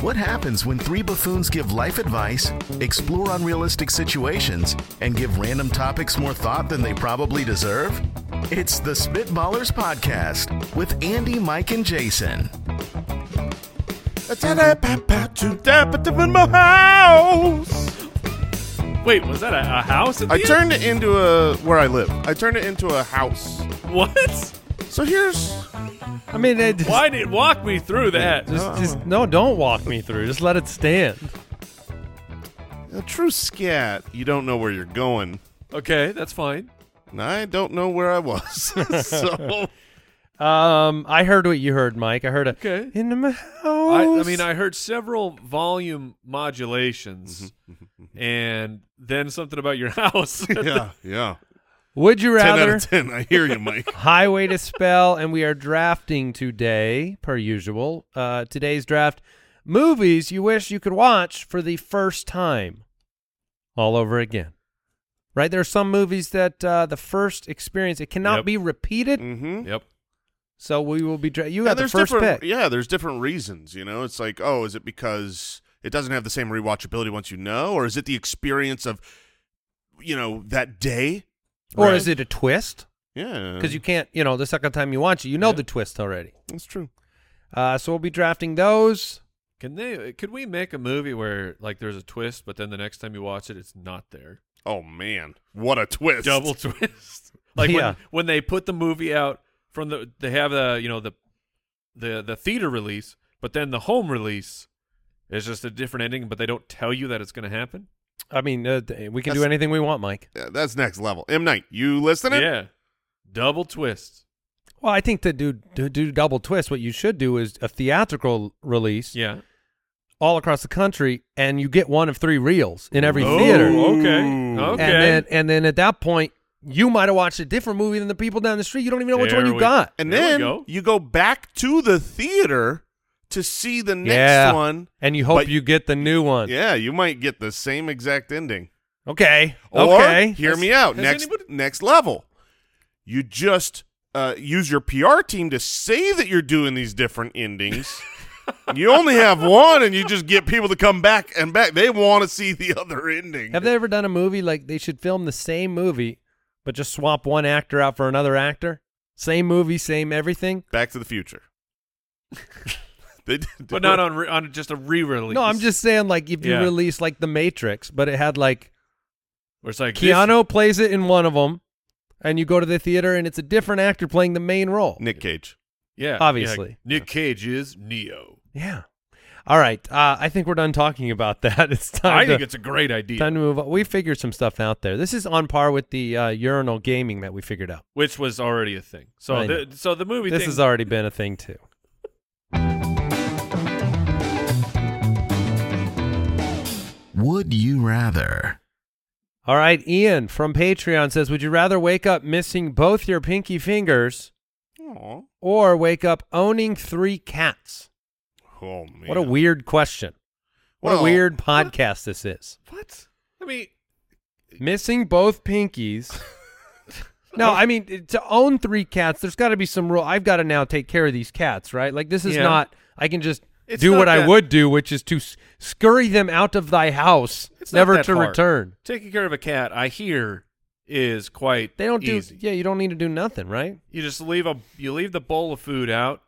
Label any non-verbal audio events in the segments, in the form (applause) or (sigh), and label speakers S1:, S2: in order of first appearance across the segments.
S1: What happens when three buffoons give life advice, explore unrealistic situations, and give random topics more thought than they probably deserve? It's the Spitballers Podcast with Andy, Mike, and Jason.
S2: Wait, was that a, a house? At
S3: I
S2: the
S3: turned it into a where I live. I turned it into a house.
S2: End? What?
S3: So here's
S4: I mean, it just,
S2: Why did walk me through that?
S4: just- just- no, don't walk me through. Just let it stand.
S3: a true scat. You don't know where you're going.
S2: okay, that's fine.
S3: And I don't know where I was. (laughs) so
S4: Um, I heard what you heard, Mike. I heard a
S2: Okay.
S4: in my
S3: Oh,
S4: house.
S2: I, I mean, I heard several volume modulations,
S3: Mm-hmm,
S2: and then something about
S3: (laughs)
S2: your (laughs) house.
S3: yeah, yeah.
S4: would you
S3: Ten out
S4: rather
S3: of
S2: (laughs)
S3: ten. I hear you,
S4: (laughs)
S3: Mike.
S4: highway to spell? And we are drafting today, per usual. Uh, today's draft: movies you wish you could watch for the first time, all over again. Right? There are some movies that uh, the first experience it cannot
S2: Yep. Mm.
S4: be repeated.
S3: Mm-hmm.
S2: yep.
S4: So we will be. Dra- you got the
S3: there's
S4: first
S3: different,
S4: pick.
S3: Yeah, there's different reasons. You know, it's like, oh, is it because it doesn't have the same rewatchability once you know, or is it the experience of, you know, that day?
S4: Or
S2: Right.
S4: is it a twist?
S3: Yeah,
S4: Because you can't, you know, the second time you watch it, you know
S2: Yeah.
S4: the twist already.
S3: That's true.
S4: Uh, so we'll be drafting those.
S2: Can they? Could we make a movie where like there's a twist, but then the next time you watch it, it's not there?
S3: Oh man, what a twist! (laughs)
S2: Double twist. (laughs) Like
S4: Yeah.
S2: when when they put the movie out from the they have the you know the the the theater release, but then the home release is just a different ending, but they don't tell you that it's going to happen.
S4: I mean, uh, th- we can do
S3: That's-
S4: anything we want, Mike.
S3: Yeah, that's next level. M Night, you listening?
S2: Yeah. Double twist.
S4: Well, I think to do, to do double twist, what you should do is a theatrical release
S2: Yeah.
S4: all across the country, and you get one of three reels in every
S2: Oh,
S4: theater.
S2: okay. Okay.
S4: And then, and then at that point, you might have watched a different movie than the people down the street. You don't even know which
S2: There
S4: one you
S2: we-
S4: got.
S3: And
S2: There we
S3: then
S2: go.
S3: you go back to the theater to see the next
S4: Yeah.
S3: one.
S4: And you hope
S3: But-
S4: you get the new one.
S3: Yeah, you might get the same exact ending.
S4: Okay.
S3: Or,
S4: okay.
S3: hear
S2: Has-
S3: me out.
S2: has
S3: Next
S2: anybody-
S3: next level. You just uh, use your PR team to say that you're doing these different
S2: (laughs)
S3: endings. you only have one, and you just get people to come back and back. They want to see the other ending.
S4: Have they ever done a movie like they should film the same movie, but just swap one actor out for another actor? Same movie, same everything.
S3: Back to the Future. (laughs) they did
S2: But not on re- on just a re-release.
S4: No, I'm just saying, like if you
S2: Yeah.
S4: release like The Matrix, but it had like
S2: Where it's like this-
S4: Keanu plays it in one of them, and you go to the theater and it's a different actor playing the main role.
S3: Nick Cage.
S2: yeah.
S4: obviously.
S2: yeah, Nick Cage is Neo.
S4: Yeah. All right. Uh, I think we're done talking about (laughs) that. It's (laughs) time.
S2: I
S4: to-
S2: think it's a great idea.
S4: Time to move on. We figured some stuff out there. This is on par with the uh, urinal gaming that we figured out.
S2: which was already a thing. So
S4: I know.
S2: the, so the movie
S4: This
S2: thing
S4: has already been a thing too.
S1: Would you rather?
S4: All right, Ian from Patreon says, "Would you rather wake up missing both your pinky fingers
S3: Aw.
S4: or wake up owning three cats?"
S3: Oh man!
S4: What a weird question. What a
S3: Well-
S4: weird podcast this is.
S2: (laughs) What? I mean,
S4: Missing both pinkies. no, I mean it- to own three cats, there's got to be some rule. I've got to now take care of these cats, right? Like this is
S2: Yeah.
S4: not I can just
S2: It's
S4: do
S2: not
S4: what I
S2: that-
S4: would do, which is to s- scurry them out of thy house,
S2: It's not
S4: never
S2: that
S4: to
S2: hard.
S4: return.
S2: taking care of a cat, I hear, is quite
S4: They don't do
S2: easy.
S4: Yeah, you don't need to do nothing, right?
S2: You just leave a you leave the bowl of food out.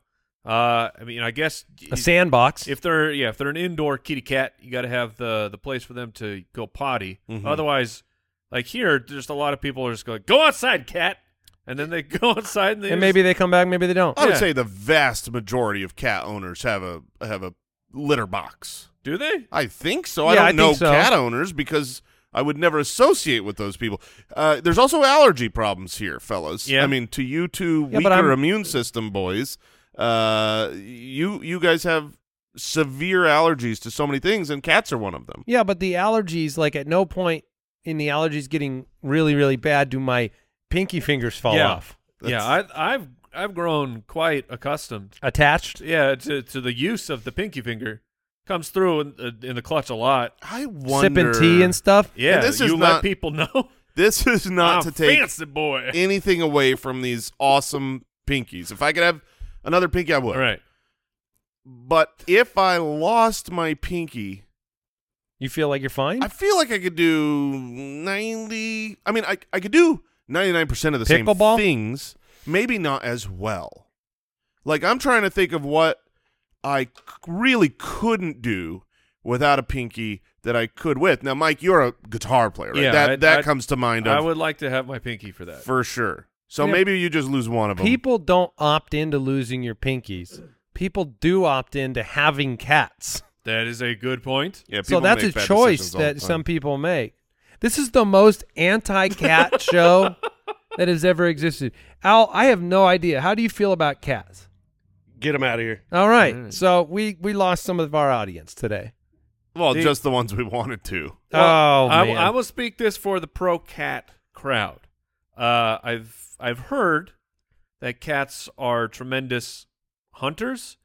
S2: Uh, I mean, I guess
S4: A sandbox.
S2: if they're yeah, if they're an indoor kitty cat, you got to have the the place for them to go potty.
S3: Mhm.
S2: Otherwise, like here, just a lot of people are just going, "Go outside, cat," and then they (laughs) go outside and they
S4: and maybe they come back, maybe they don't.
S3: I would
S2: Yeah.
S3: say the vast majority of cat owners have a have a litter box.
S2: just- do they?
S3: I think so.
S4: Yeah, I
S3: I
S4: think
S3: don't know
S4: so.
S3: cat owners because I would never associate with those people. Uh, there's also allergy problems here, fellas.
S2: Yeah.
S3: I mean, to you two
S4: Yeah, but
S3: weaker
S4: I'm-
S3: immune system boys, uh, you you guys have severe allergies to so many things, and cats are one of them.
S4: Yeah, but the allergies, like at no point in the allergies getting really, really bad do my pinky fingers fall
S2: yeah.
S4: off.
S2: Yeah, I, I've I've grown quite accustomed.
S4: Attached?
S2: Yeah, to to the use of the pinky finger comes through in, uh, in the clutch a lot.
S3: I wonder.
S4: Sipping tea and stuff?
S2: Yeah,
S3: this
S2: you
S3: is
S2: let
S3: not-
S2: people (laughs) know.
S3: This is not
S2: I'm
S3: to take
S2: fancy boy.
S3: (laughs) anything away from these awesome pinkies. If I could have another pinky, I would.
S2: All right.
S3: But if I lost my pinky,
S4: You feel like you're fine?
S3: I feel like I could do 90. I mean, I, I could do 99% of the
S4: Pickleball?
S3: same things, maybe not as well. Like, I'm trying to think of what I c- really couldn't do without a pinky that I could with. Now, Mike, you're a guitar player, right?
S2: Yeah,
S3: that
S2: I-
S3: that
S2: I-
S3: comes to mind
S2: I
S3: of,
S2: would like to have my pinky for that.
S3: for sure. So
S4: Yeah.
S3: maybe you just lose one of them.
S4: People don't opt into losing your pinkies. People do opt into having cats.
S2: that is a good point.
S3: yeah,
S4: so
S3: people
S4: that's a
S3: make bad
S4: choice
S3: decisions all the
S4: that
S3: time.
S4: some people make. This is the most
S3: (laughs)
S4: anti-cat show that has ever existed. Al, I have no idea. How do you feel about cats?
S5: Get him out of here.
S4: All right. So we we lost some of our audience today.
S3: Well,
S2: See-
S3: just the ones we (laughs) wanted to.
S4: oh
S2: I,
S4: man.
S2: I will speak this for the pro cat crowd. Uh, I've I've heard that cats are tremendous hunters,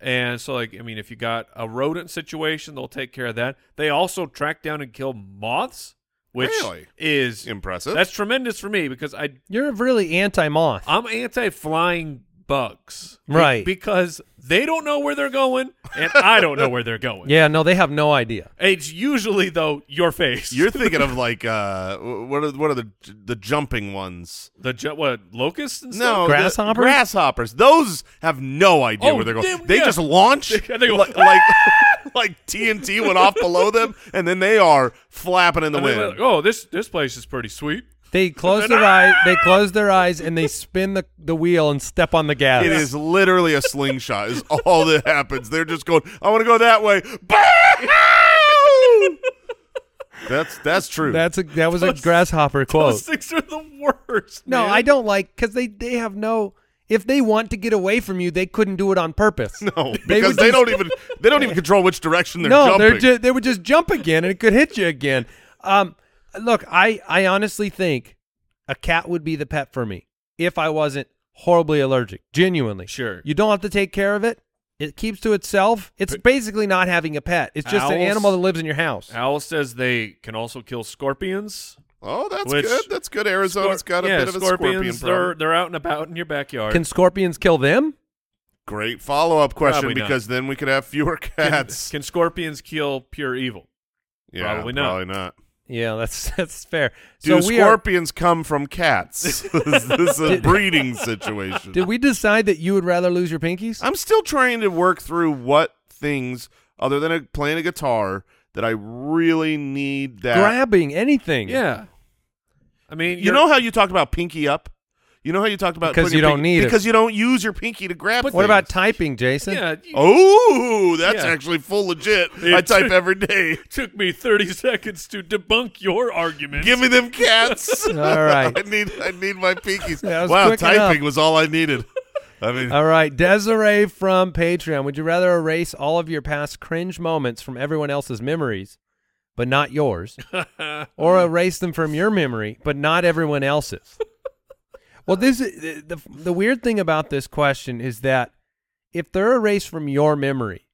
S2: and so like I mean, if you got a rodent situation, they'll take care of that. They also track down and kill moths, which
S3: Really?
S2: is
S3: Impressive.
S5: (laughs)
S2: that's tremendous for me because I
S4: You're really anti-moth.
S2: I'm anti flying bugs, Be-
S4: Right.
S2: because they don't know where they're going, and I don't know where they're going.
S4: (laughs) yeah, no, they have no idea.
S2: It's usually though your
S3: (laughs)
S2: face.
S3: You're thinking of like uh, what are what are the the jumping ones?
S2: the ju- what locusts and stuff.
S3: No, the-
S4: Grasshoppers?
S3: grasshoppers. Those have no idea
S2: Oh,
S3: where they're going.
S2: they-
S3: They,
S2: yeah.
S3: just
S4: (laughs)
S3: launch
S2: They- they go,
S3: like, like (laughs) like TNT went off below them, and then they are flapping in the
S2: And they
S3: wind.
S2: were like, oh, this this place is pretty
S3: (laughs)
S2: sweet.
S4: They close their eyes. They close their eyes and they spin the, the wheel and step on the gas.
S3: It is literally a slingshot. Is all that happens. They're just going. I want to go that way. (laughs) that's that's true.
S4: That's a that was a grasshopper
S2: Those (laughs)
S4: quote.
S2: things are the worst.
S4: No,
S2: man.
S4: I don't like because they they have no. If they want to get away from you, they couldn't do it on purpose.
S3: (laughs) no, because
S4: They
S3: they,
S4: would just-
S3: don't even they don't even control which direction they're
S4: no,
S3: jumping.
S4: they're ju- they would just jump again and it could hit you again. Um, look, I I honestly think a cat would be the pet for me if I wasn't horribly allergic. Genuinely,
S2: Sure.
S4: You don't have to take care of it. It keeps to itself. It's basically not having a pet. It's just an
S2: Owls-
S4: animal that lives in your house.
S2: Owl says they can also kill scorpions.
S3: oh, that's
S2: Which-
S3: good. That's good. Arizona's
S2: Scor-
S3: got a
S2: yeah,
S3: bit of a scorpion
S2: scorpions.
S3: problem.
S2: they're they're out and about in your backyard.
S4: Can scorpions kill them?
S3: Great follow up question
S2: Probably not.
S3: because then we could have fewer cats.
S2: Can scorpions kill pure evil?
S3: yeah,
S2: probably not.
S3: Probably not.
S4: Yeah, that's (laughs) that's fair.
S3: Do
S4: so we are,
S3: scorpions come from
S4: (laughs)
S3: cats? (laughs) this is a breeding situation.
S4: did we decide that you would rather lose your pinkies?
S3: I'm still trying to work through what things, other than a, playing a guitar, that I really need that.
S4: grabbing anything.
S2: Yeah. I mean,
S3: you
S2: you're-
S3: know how you talked about pinky up? You know how you talked about
S4: Because
S3: putting
S4: you
S3: your
S4: don't
S3: pinky-
S4: need it.
S3: because you don't use your pinky to grab.
S4: What about
S3: things.
S4: typing, Jason?
S2: Yeah, you-
S3: Oh, that's
S2: Yeah.
S3: actually full
S2: (laughs)
S3: legit. I
S2: It's-
S3: type every
S2: (laughs)
S3: day.
S2: took me 30 seconds to debunk your argument.
S3: Give me them
S2: (laughs)
S3: cats.
S4: All right.
S3: (laughs) I need I need my pinkies.
S4: That was
S3: wow,
S4: quick
S3: typing
S4: enough.
S3: was all I needed. I
S4: (laughs)
S3: mean,
S4: All right, Desiree from Patreon. Would you rather erase all of your past cringe moments from everyone else's memories, but
S3: (laughs)
S4: not yours, or erase them from your memory, but not
S3: (laughs)
S4: everyone else's? Well, this is, the, the the weird thing about this question is that if they're erased from your memory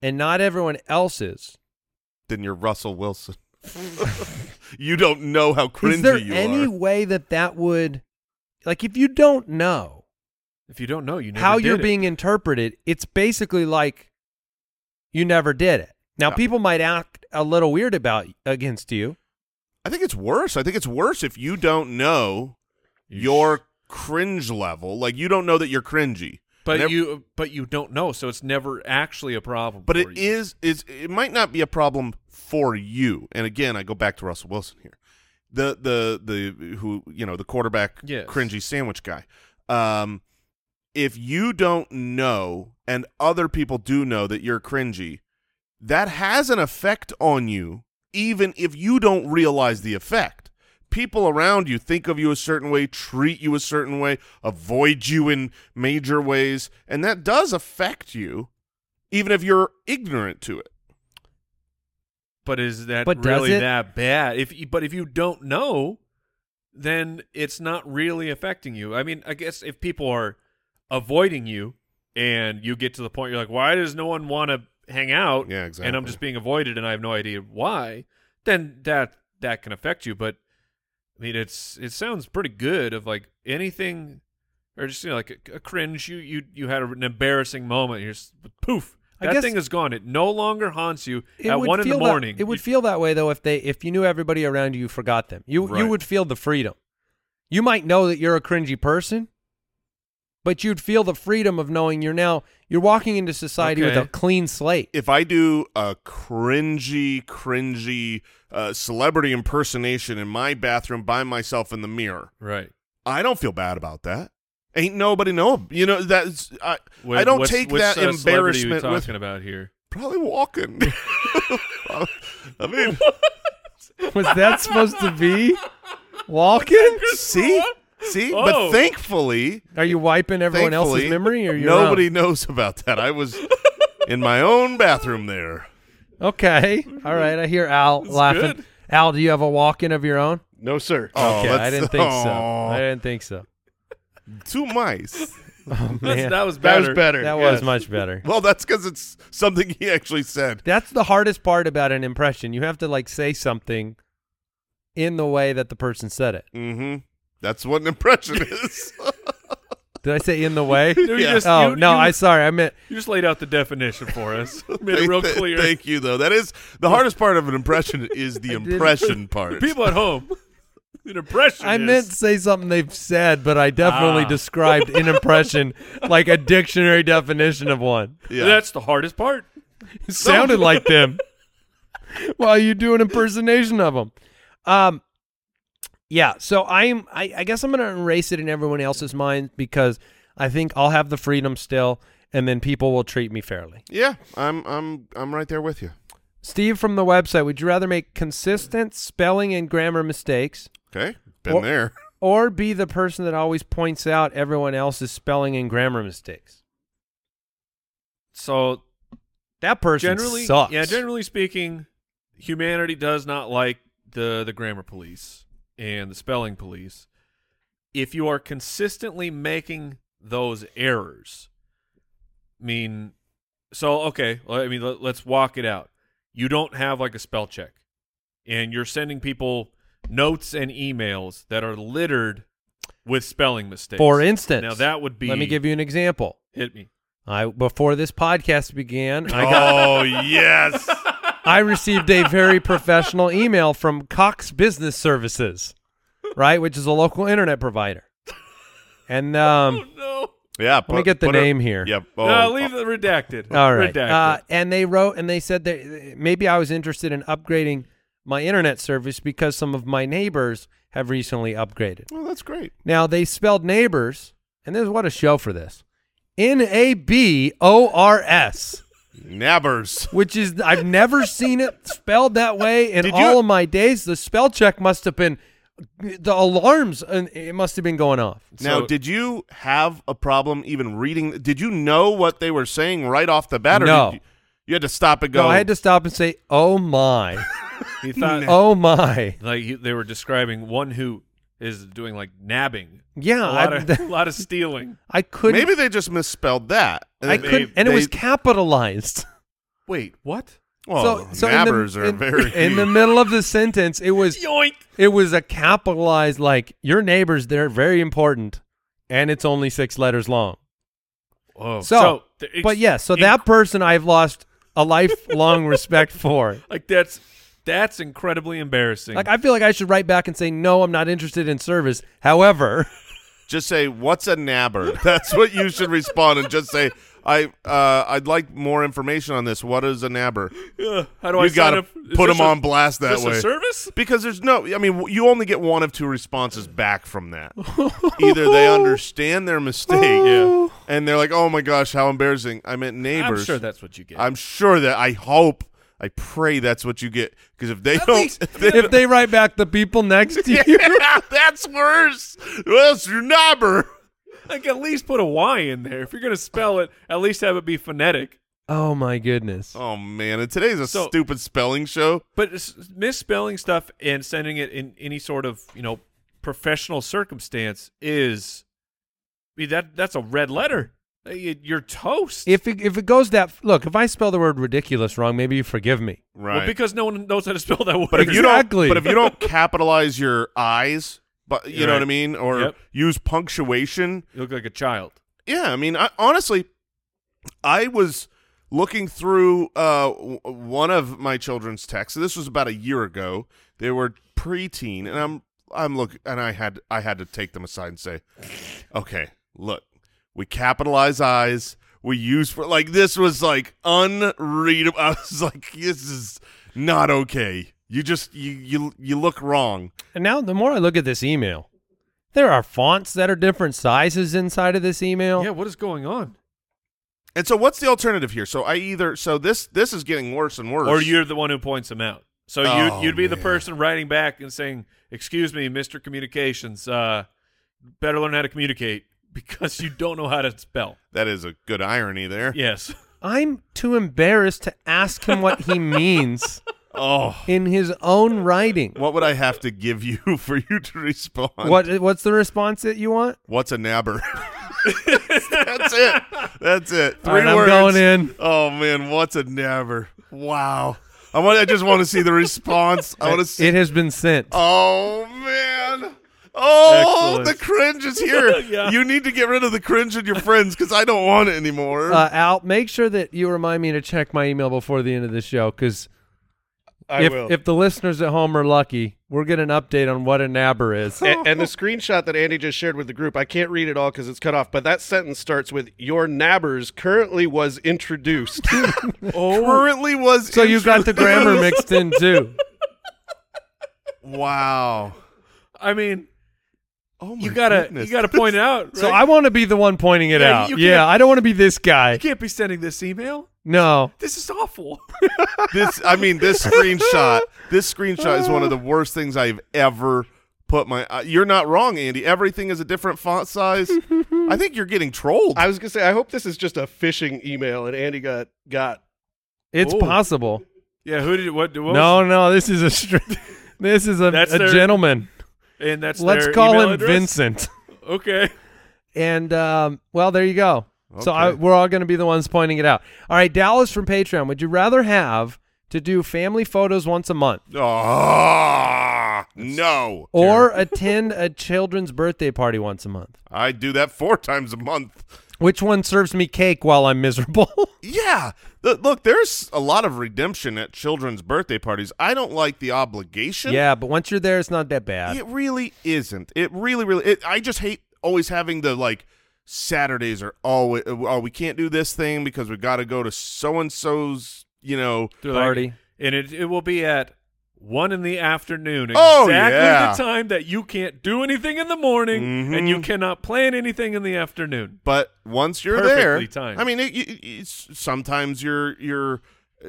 S4: and not everyone else's,
S3: then you're Russell Wilson. (laughs) you don't know how cringy
S4: is there
S3: you
S4: any
S3: are.
S4: way that that would, like, if you don't know,
S2: If you don't know, you never
S4: how
S2: did
S4: you're
S2: it.
S4: being interpreted, it's basically like you never did it. Now
S3: Yeah.
S4: people might act a little weird about against you.
S3: I think it's worse. I think it's worse if you don't know
S2: You
S3: your cringe level. Like you don't know that you're cringy.
S2: But
S3: Never-
S2: you but you don't know, so it's never actually a problem.
S3: But
S2: for
S3: it
S2: you.
S3: is is it might not be a problem for you. And again, I go back to Russell Wilson here. The the the who you know the quarterback
S2: Yes.
S3: cringy sandwich guy. Um, if you don't know and other people do know that you're cringy, that has an effect on you, even if you don't realize the effect. People around you think of you a certain way, treat you a certain way, avoid you in major ways, and that does affect you even if you're ignorant to it.
S2: But is that
S4: But does
S2: really
S4: it?
S2: that bad? If you- but if you don't know, then it's not really affecting you. I mean, I guess if people are avoiding you and you get to the point you're like, why does no one want to hang out?
S3: Yeah,
S2: And I'm
S3: exactly.
S2: just being avoided, and I have no idea why. Then that that can affect you. But I mean, it's it sounds pretty good. Of like anything or just you know like a, a cringe. You you you had an embarrassing moment. You're just poof.
S4: I
S2: That
S4: guess-
S2: thing is gone. It no longer haunts you
S4: It
S2: at
S4: would
S2: one in the
S4: feel that-
S2: morning.
S4: it would
S2: You-
S4: feel that way though if they if you knew everybody around you forgot them. You
S2: Right.
S4: you would feel the freedom. You might know that you're a cringy person, but you'd feel the freedom of knowing you're now you're walking into society with
S2: Okay.
S4: a clean slate.
S3: If I do a cringy, cringy uh, celebrity impersonation in my bathroom by myself in the mirror,
S2: right.
S3: I don't feel bad about that. Ain't nobody know. You know that's I.
S2: Wh-
S3: I don't
S2: what's-
S3: take
S2: which,
S3: that
S2: uh, celebrity are we
S3: embarrassment with
S2: talking about
S4: (laughs)
S2: here.
S3: probably walking. (laughs) I mean,
S4: (laughs) Was that supposed to
S2: (laughs)
S4: be walking?
S3: see, see,
S2: Oh.
S3: but thankfully,
S4: Are you wiping everyone else's
S3: thankfully,
S4: memory or your own?
S3: nobody knows about that. I
S4: (laughs)
S3: was in my own bathroom there.
S4: Okay. All right. I hear Al laughing.
S2: good.
S4: Al, do you have a walk-in of your own?
S5: No, sir.
S3: Oh,
S4: okay, I
S3: that's-
S4: didn't think
S3: (laughs)
S4: so.
S3: oh,
S4: I didn't think so.
S3: Two mice.
S4: (laughs) Oh,
S2: That's,
S4: man.
S2: that was
S5: that
S2: better.
S5: was better.
S4: That
S5: yes.
S4: was much better.
S3: (laughs) Well, that's because it's something he actually said.
S4: That's the hardest part about an impression. You have to like say something in the way that the person said it.
S3: Mm-hmm. That's what an
S2: (laughs)
S3: impression is.
S4: Did I say in the (laughs) way?
S2: You just-
S4: Oh
S2: you-
S4: no,
S2: you-
S4: I sorry. I meant
S2: You just laid out the definition for
S4: (laughs)
S2: us. Made it
S3: Thank-
S2: real
S3: th-
S2: clear.
S3: Thank you, though. That is the hardest part of an
S2: (laughs)
S3: impression is the
S4: did-
S3: impression part.
S2: People at home, (laughs) an impression.
S4: I
S2: is-
S4: meant say something they've said, but I definitely
S2: Ah.
S4: described an (laughs) impression like a dictionary definition of one.
S3: yeah.
S2: That's the hardest part.
S4: It sounded like them while you do an impersonation of them. Um, yeah. So I'm. I, I guess I'm gonna erase it in everyone else's mind because I think I'll have the freedom still, and then people will treat me fairly.
S3: yeah. I'm I'm I'm right there with you.
S4: Steve from the website, would you rather make consistent spelling and grammar mistakes
S3: Okay, been
S4: Well-
S3: there.
S4: or be the person that always points out everyone else's spelling and grammar mistakes?
S2: (laughs) So
S4: That person
S2: generally,
S4: sucks.
S2: yeah. Generally speaking, humanity does not like the the grammar police and the spelling police. If you are consistently making those errors, I mean, so okay. well, I mean, let, let's walk it out. You don't have like a spell check, and you're sending people notes and emails that are littered with spelling mistakes.
S4: For instance,
S2: now that would be
S4: let me give you an example.
S2: hit me.
S4: I before this
S2: (laughs)
S4: podcast began, (laughs) I got
S3: Oh
S4: (laughs)
S3: yes.
S4: I received a very professional email from Cox Business Services, right, which is a local internet provider. And um,
S2: No.
S3: Yeah. Let
S4: me get the name here.
S3: Yep. Oh.
S2: no, leave it redacted.
S4: All right.
S2: Redacted.
S4: Uh, and they wrote and they said that uh, maybe I was interested in upgrading my internet service because some of my neighbors have recently upgraded.
S3: Well, Oh, that's great.
S4: Now they spelled neighbors, and there's what a show for this. N A B O R S,
S3: Nabbers.
S4: which is I've never seen it spelled that way in
S3: Did you-
S4: all of my days. The spell check must have been the alarms and it must have been going off.
S3: now,
S2: So-
S3: did you have a problem even reading? Did you know what they were saying right off the bat? Or
S4: No.
S3: Did you, you had to stop and go.
S4: No, I had to stop and say, "Oh my,
S3: (laughs)
S2: he thought
S4: oh my."
S2: like he, they were describing one who is doing like nabbing,
S4: Yeah,
S2: a lot
S4: I,
S2: of (laughs) a lot of stealing.
S4: (laughs) I couldn't
S3: Maybe they just misspelled that. And
S4: I
S3: they-
S4: couldn't, and it was
S3: they-
S4: capitalized. (laughs)
S2: Wait, what?
S3: Well,
S4: so, so in the-
S3: nabbers are
S4: in-
S3: very.
S4: (laughs)
S3: (laughs)
S4: in the middle of the sentence. It was
S2: Yoink!
S4: it was a capitalized like your neighbors. They're very important, and it's only six letters long.
S2: Oh,
S4: So,
S2: the ex-
S4: but yeah, so
S2: inc-
S4: that person I've lost a lifelong respect for.
S2: like that's that's incredibly embarrassing.
S4: Like I feel like I should write back and say no, I'm not interested in service. However, (laughs)
S3: just say what's a nabber (laughs) that's what you should respond and just say i uh, i'd like more information on this what is a nabber
S2: Ugh, how do I
S3: you
S2: sign
S3: gotta
S2: up? Is
S3: put
S2: this
S3: them
S2: a-
S3: on blast that
S2: is this
S3: way
S2: a service?
S3: because there's no i mean w- you only get one of two responses back from
S4: (laughs)
S3: that either they understand their mistake
S4: (laughs)
S2: Yeah.
S3: and they're like oh my gosh how embarrassing i meant neighbors
S2: I'm sure that's what you get.
S3: i'm sure that i hope i pray that's what you get because if they don't (laughs)
S4: if they write back the people next to you, (laughs)
S3: yeah,
S2: (laughs)
S3: that's worse that's your nabber
S2: like at least put a Y in there if you're gonna spell it. At least have it be phonetic.
S4: oh my goodness.
S3: Oh man, and today's a
S2: So-
S3: stupid spelling show.
S2: But s- misspelling stuff and sending it in any sort of you know professional circumstance is, I mean, that that's a red letter. Uh, you- You're toast.
S4: If it, if it goes that look, if I spell the word ridiculous wrong, maybe you forgive me.
S3: Right.
S2: well, because no one knows how to spell that word.
S3: but if you
S2: (laughs)
S4: Exactly.
S3: don't but if you don't capitalize your eyes, but you
S2: You're
S3: know
S2: right.
S3: what I mean, or
S2: Yep.
S3: use punctuation.
S2: You look like a child.
S3: Yeah, I mean, I, honestly, I was looking through uh, w- one of my children's texts. This was about a year ago. They were preteen, and I'm I'm look, and I had I had to take them aside and say, okay, look, we capitalize I's. We use for like this was like unreadable. (laughs) I was like, this is not okay. You just you you you look wrong.
S4: And now the more I look at this email, there are fonts that are different sizes inside of this email.
S2: Yeah, what is going on?
S3: And so, what's the alternative here? So I either so this this is getting worse and worse.
S2: Or you're the one who points them out. So you
S3: Oh,
S2: you'd be the
S3: man.
S2: person writing back and saying, "Excuse me, Mister Communications, uh, better learn how to communicate because you don't know how to spell."
S3: That is a good irony there.
S2: Yes.
S4: I'm too embarrassed to ask him what he means
S3: Oh,
S4: in his own writing.
S3: what would I have to give you (laughs) for you to respond?
S4: What what's the response that you want?
S3: What's a
S4: (laughs)
S3: nabber? That's it. That's it. Three
S4: All right, I'm
S3: words.
S4: going in.
S3: Oh man, what's a nabber? Wow. I want. I just want to see the response. I want to see.
S4: It has been sent.
S2: Uh,
S3: oh man. Oh,
S2: Excellent.
S3: the cringe is
S4: (laughs)
S3: here.
S2: Yeah.
S3: You need to get rid of the cringe in your friends because I don't want it anymore.
S4: Uh, Al, make sure that you remind me to check my email before the end of the show because
S5: I
S4: if,
S5: will.
S4: if the listeners at home are lucky, we're getting an update on what a nabber is.
S2: (laughs)
S5: A- and, the screenshot that Andy just shared with the group, I can't read it all because it's cut off. But that sentence starts with "Your nabbers currently was introduced."
S3: Currently was
S4: So you got the
S3: intro-
S4: grammar mixed in
S2: (laughs)
S4: too.
S3: Wow.
S2: I mean,
S3: Oh my
S2: you gotta
S3: goodness.
S2: you (laughs) gotta point it out.
S4: So
S2: right?
S4: I want to be the one pointing it
S2: Yeah,
S4: out.
S2: you
S4: Yeah,
S2: can't-
S4: I don't want to be this guy.
S2: you can't be sending this email.
S4: No.
S2: This is awful. (laughs)
S3: this I mean this screenshot this screenshot is one of the worst things I've ever put my uh, you're not wrong Andy everything is a different font size I think you're getting trolled
S5: I was gonna say, I hope this is just a phishing email, and Andy got got.
S4: It's
S2: Ooh.
S4: possible.
S2: yeah. Who did what? what was-
S4: No, no, this is a str- (laughs) this is a,
S2: That's
S4: a
S2: their-
S4: gentleman.
S2: And that's
S4: Let's
S2: their
S4: call
S2: email
S4: him
S2: address?
S4: Vincent.
S2: Okay.
S4: And um, well, there you go. So I,
S3: Okay.
S4: we're all going to be the ones pointing it out. All right, Dallas from Patreon. Would you rather have to do family photos once a month
S3: Ah, no
S4: or attend a children's birthday party once a month?
S3: I do that four times a month
S4: Which one serves me cake while I'm miserable? (laughs)
S3: yeah Th- look there's a lot of redemption at children's birthday parties I don't like the obligation
S4: yeah, but once you're there, it's not that bad.
S3: It really isn't. It really, really. It, I just hate always having the like Saturdays are always. Oh, we can't do this thing because we got to go to so and so's. You know.
S2: They're like-
S4: Party.
S2: and it it will be at one in the afternoon.
S3: Oh,
S2: Exactly
S3: yeah.
S2: the time that you can't do anything in the morning
S3: Mhm.
S2: and
S4: Mm-hmm.
S2: you cannot plan anything in the afternoon.
S3: But once you're there,
S2: Perfectly timed.
S3: I mean, it, it, it's sometimes you're you're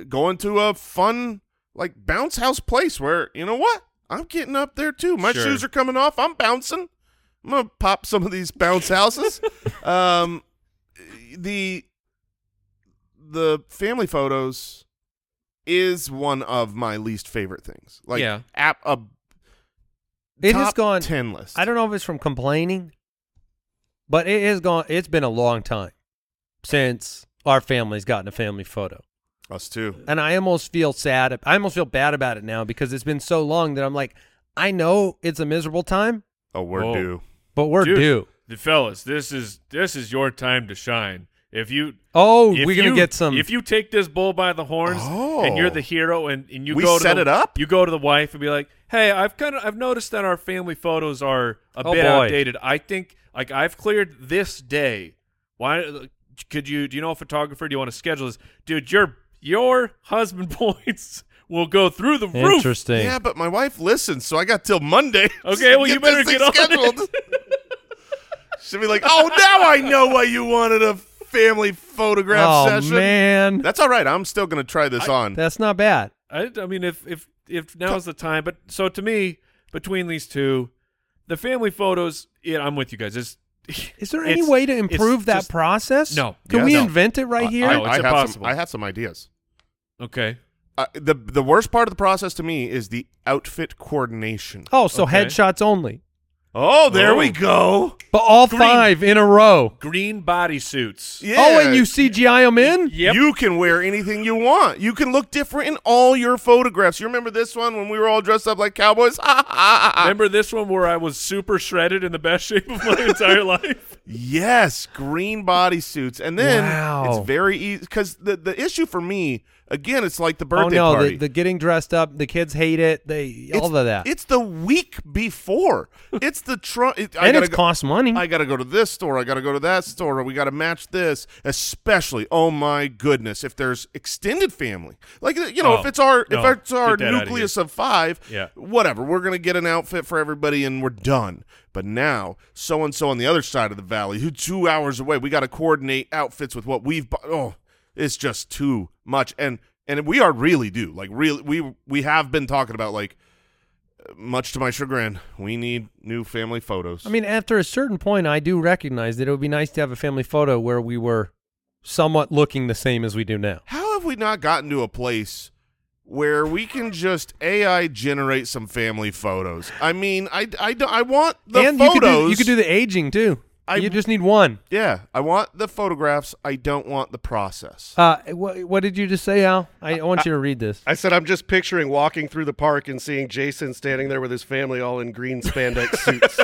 S3: going to a fun like bounce house place where you know what I'm getting up there too. My
S2: Sure.
S3: shoes are coming off. I'm bouncing. I'm gonna pop some of these bounce houses. um, the the family photos is one of my least favorite things. Like
S2: Yeah.
S3: app a
S4: It
S3: top
S4: has gone.
S3: ten list.
S4: I don't know if it's from complaining, but it has gone. It's been a long time since our family's gotten a family photo.
S3: us too.
S4: and I almost feel sad. I almost feel bad about it now because it's been so long that I'm like, I know it's a miserable time,
S3: Oh, we're
S2: Whoa.
S3: due.
S4: but we're
S2: Dude.
S4: due.
S2: The fellas, this is this is your time to shine. If you
S4: Oh,
S2: if
S4: we're gonna
S2: you-
S4: get some.
S2: If you take this bull by the horns and
S3: Oh.
S2: you're the hero and, and you
S3: We
S2: go to
S3: set
S2: the-
S3: it up?
S2: You go to the wife and be like, Hey, I've kinda I've noticed that our family photos are a
S4: Oh,
S2: bit
S4: boy.
S2: outdated. I think like I've cleared this day. Why could you do you know a photographer? Do you want to schedule this? Dude, your your husband (laughs) points will go through the roof.
S4: Interesting.
S3: Yeah, but my wife listens, so I got till Monday. (laughs) to
S2: Okay, well, you better
S3: this thing
S2: get on
S3: scheduled.
S2: (laughs)
S3: She'll be like, "Oh, now I know why you wanted a family photograph
S4: oh
S3: session."
S4: man,
S3: That's all right. I'm still gonna try this on.
S4: that's not bad.
S2: I, I mean, if if if now's the time, but so to me, between these two, the family photos. Yeah, I'm with you guys. It's, (laughs)
S4: Is there
S2: it's-
S4: any way to
S2: it's
S4: improve that
S2: just-
S4: process?
S2: No.
S4: Can
S3: Yeah,
S4: we
S3: no.
S4: invent it right
S3: I-
S4: here?
S3: I,
S2: No, it's
S3: I have some,
S2: impossible.
S3: I have some ideas.
S2: Okay,
S3: Uh, the the worst part of the process to me is the outfit coordination.
S4: oh, so
S2: Okay.
S4: headshots only.
S3: Oh, there we go.
S4: But all five in a row.
S2: Green bodysuits.
S3: Yeah.
S4: Oh, and you CGI them in? Oh,
S2: Yep.
S3: You can wear anything you want. You can look different in all your photographs. You remember this one when we were all dressed up like cowboys? (laughs)
S2: Remember this one where I was super shredded in the best shape of
S3: (laughs)
S2: my entire life?
S3: Yes, green bodysuits. And then
S4: Wow.
S3: it's very easy because the, the issue for me, again, it's like the
S4: Oh
S3: birthday
S4: no,
S3: party.
S4: the, the getting dressed up, the kids hate it. They
S3: it's,
S4: all of that,
S3: It's the week before. It's the trunk. It, I
S4: and
S3: gotta
S4: it
S3: go-
S4: costs money.
S3: I got to go to this store. I got to go to that store. We got to match this, especially. Oh my goodness! If there's extended family, like you know,
S2: Oh,
S3: if it's our
S2: no.
S3: if it's our
S2: Get that outta
S3: nucleus of five,
S2: Yeah.
S3: whatever. We're gonna get an outfit for everybody, and we're done. But now, so and so on the other side of the valley, who two hours away, we got to coordinate outfits with what we've. Bu- oh, it's just too much, and and we are really due. Like really, we we have been talking about like. uh, Much to my chagrin, we need new family photos.
S4: I mean, after a certain point, I do recognize that it would be nice to have a family photo where we were somewhat looking the same as we do now.
S3: How have we not gotten to a place where we can just AI generate some family photos? I mean, I, I, don't- I want the
S4: and
S3: photos.
S4: you could do, you could do the aging too.
S3: I-
S4: you just need one.
S3: yeah, I want the photographs. I don't want the process.
S4: Uh, wh- what did you just say, Al? I, I want you to read this.
S5: I said, I'm just picturing walking through the park and seeing Jason standing there with his family all in green spandex suits.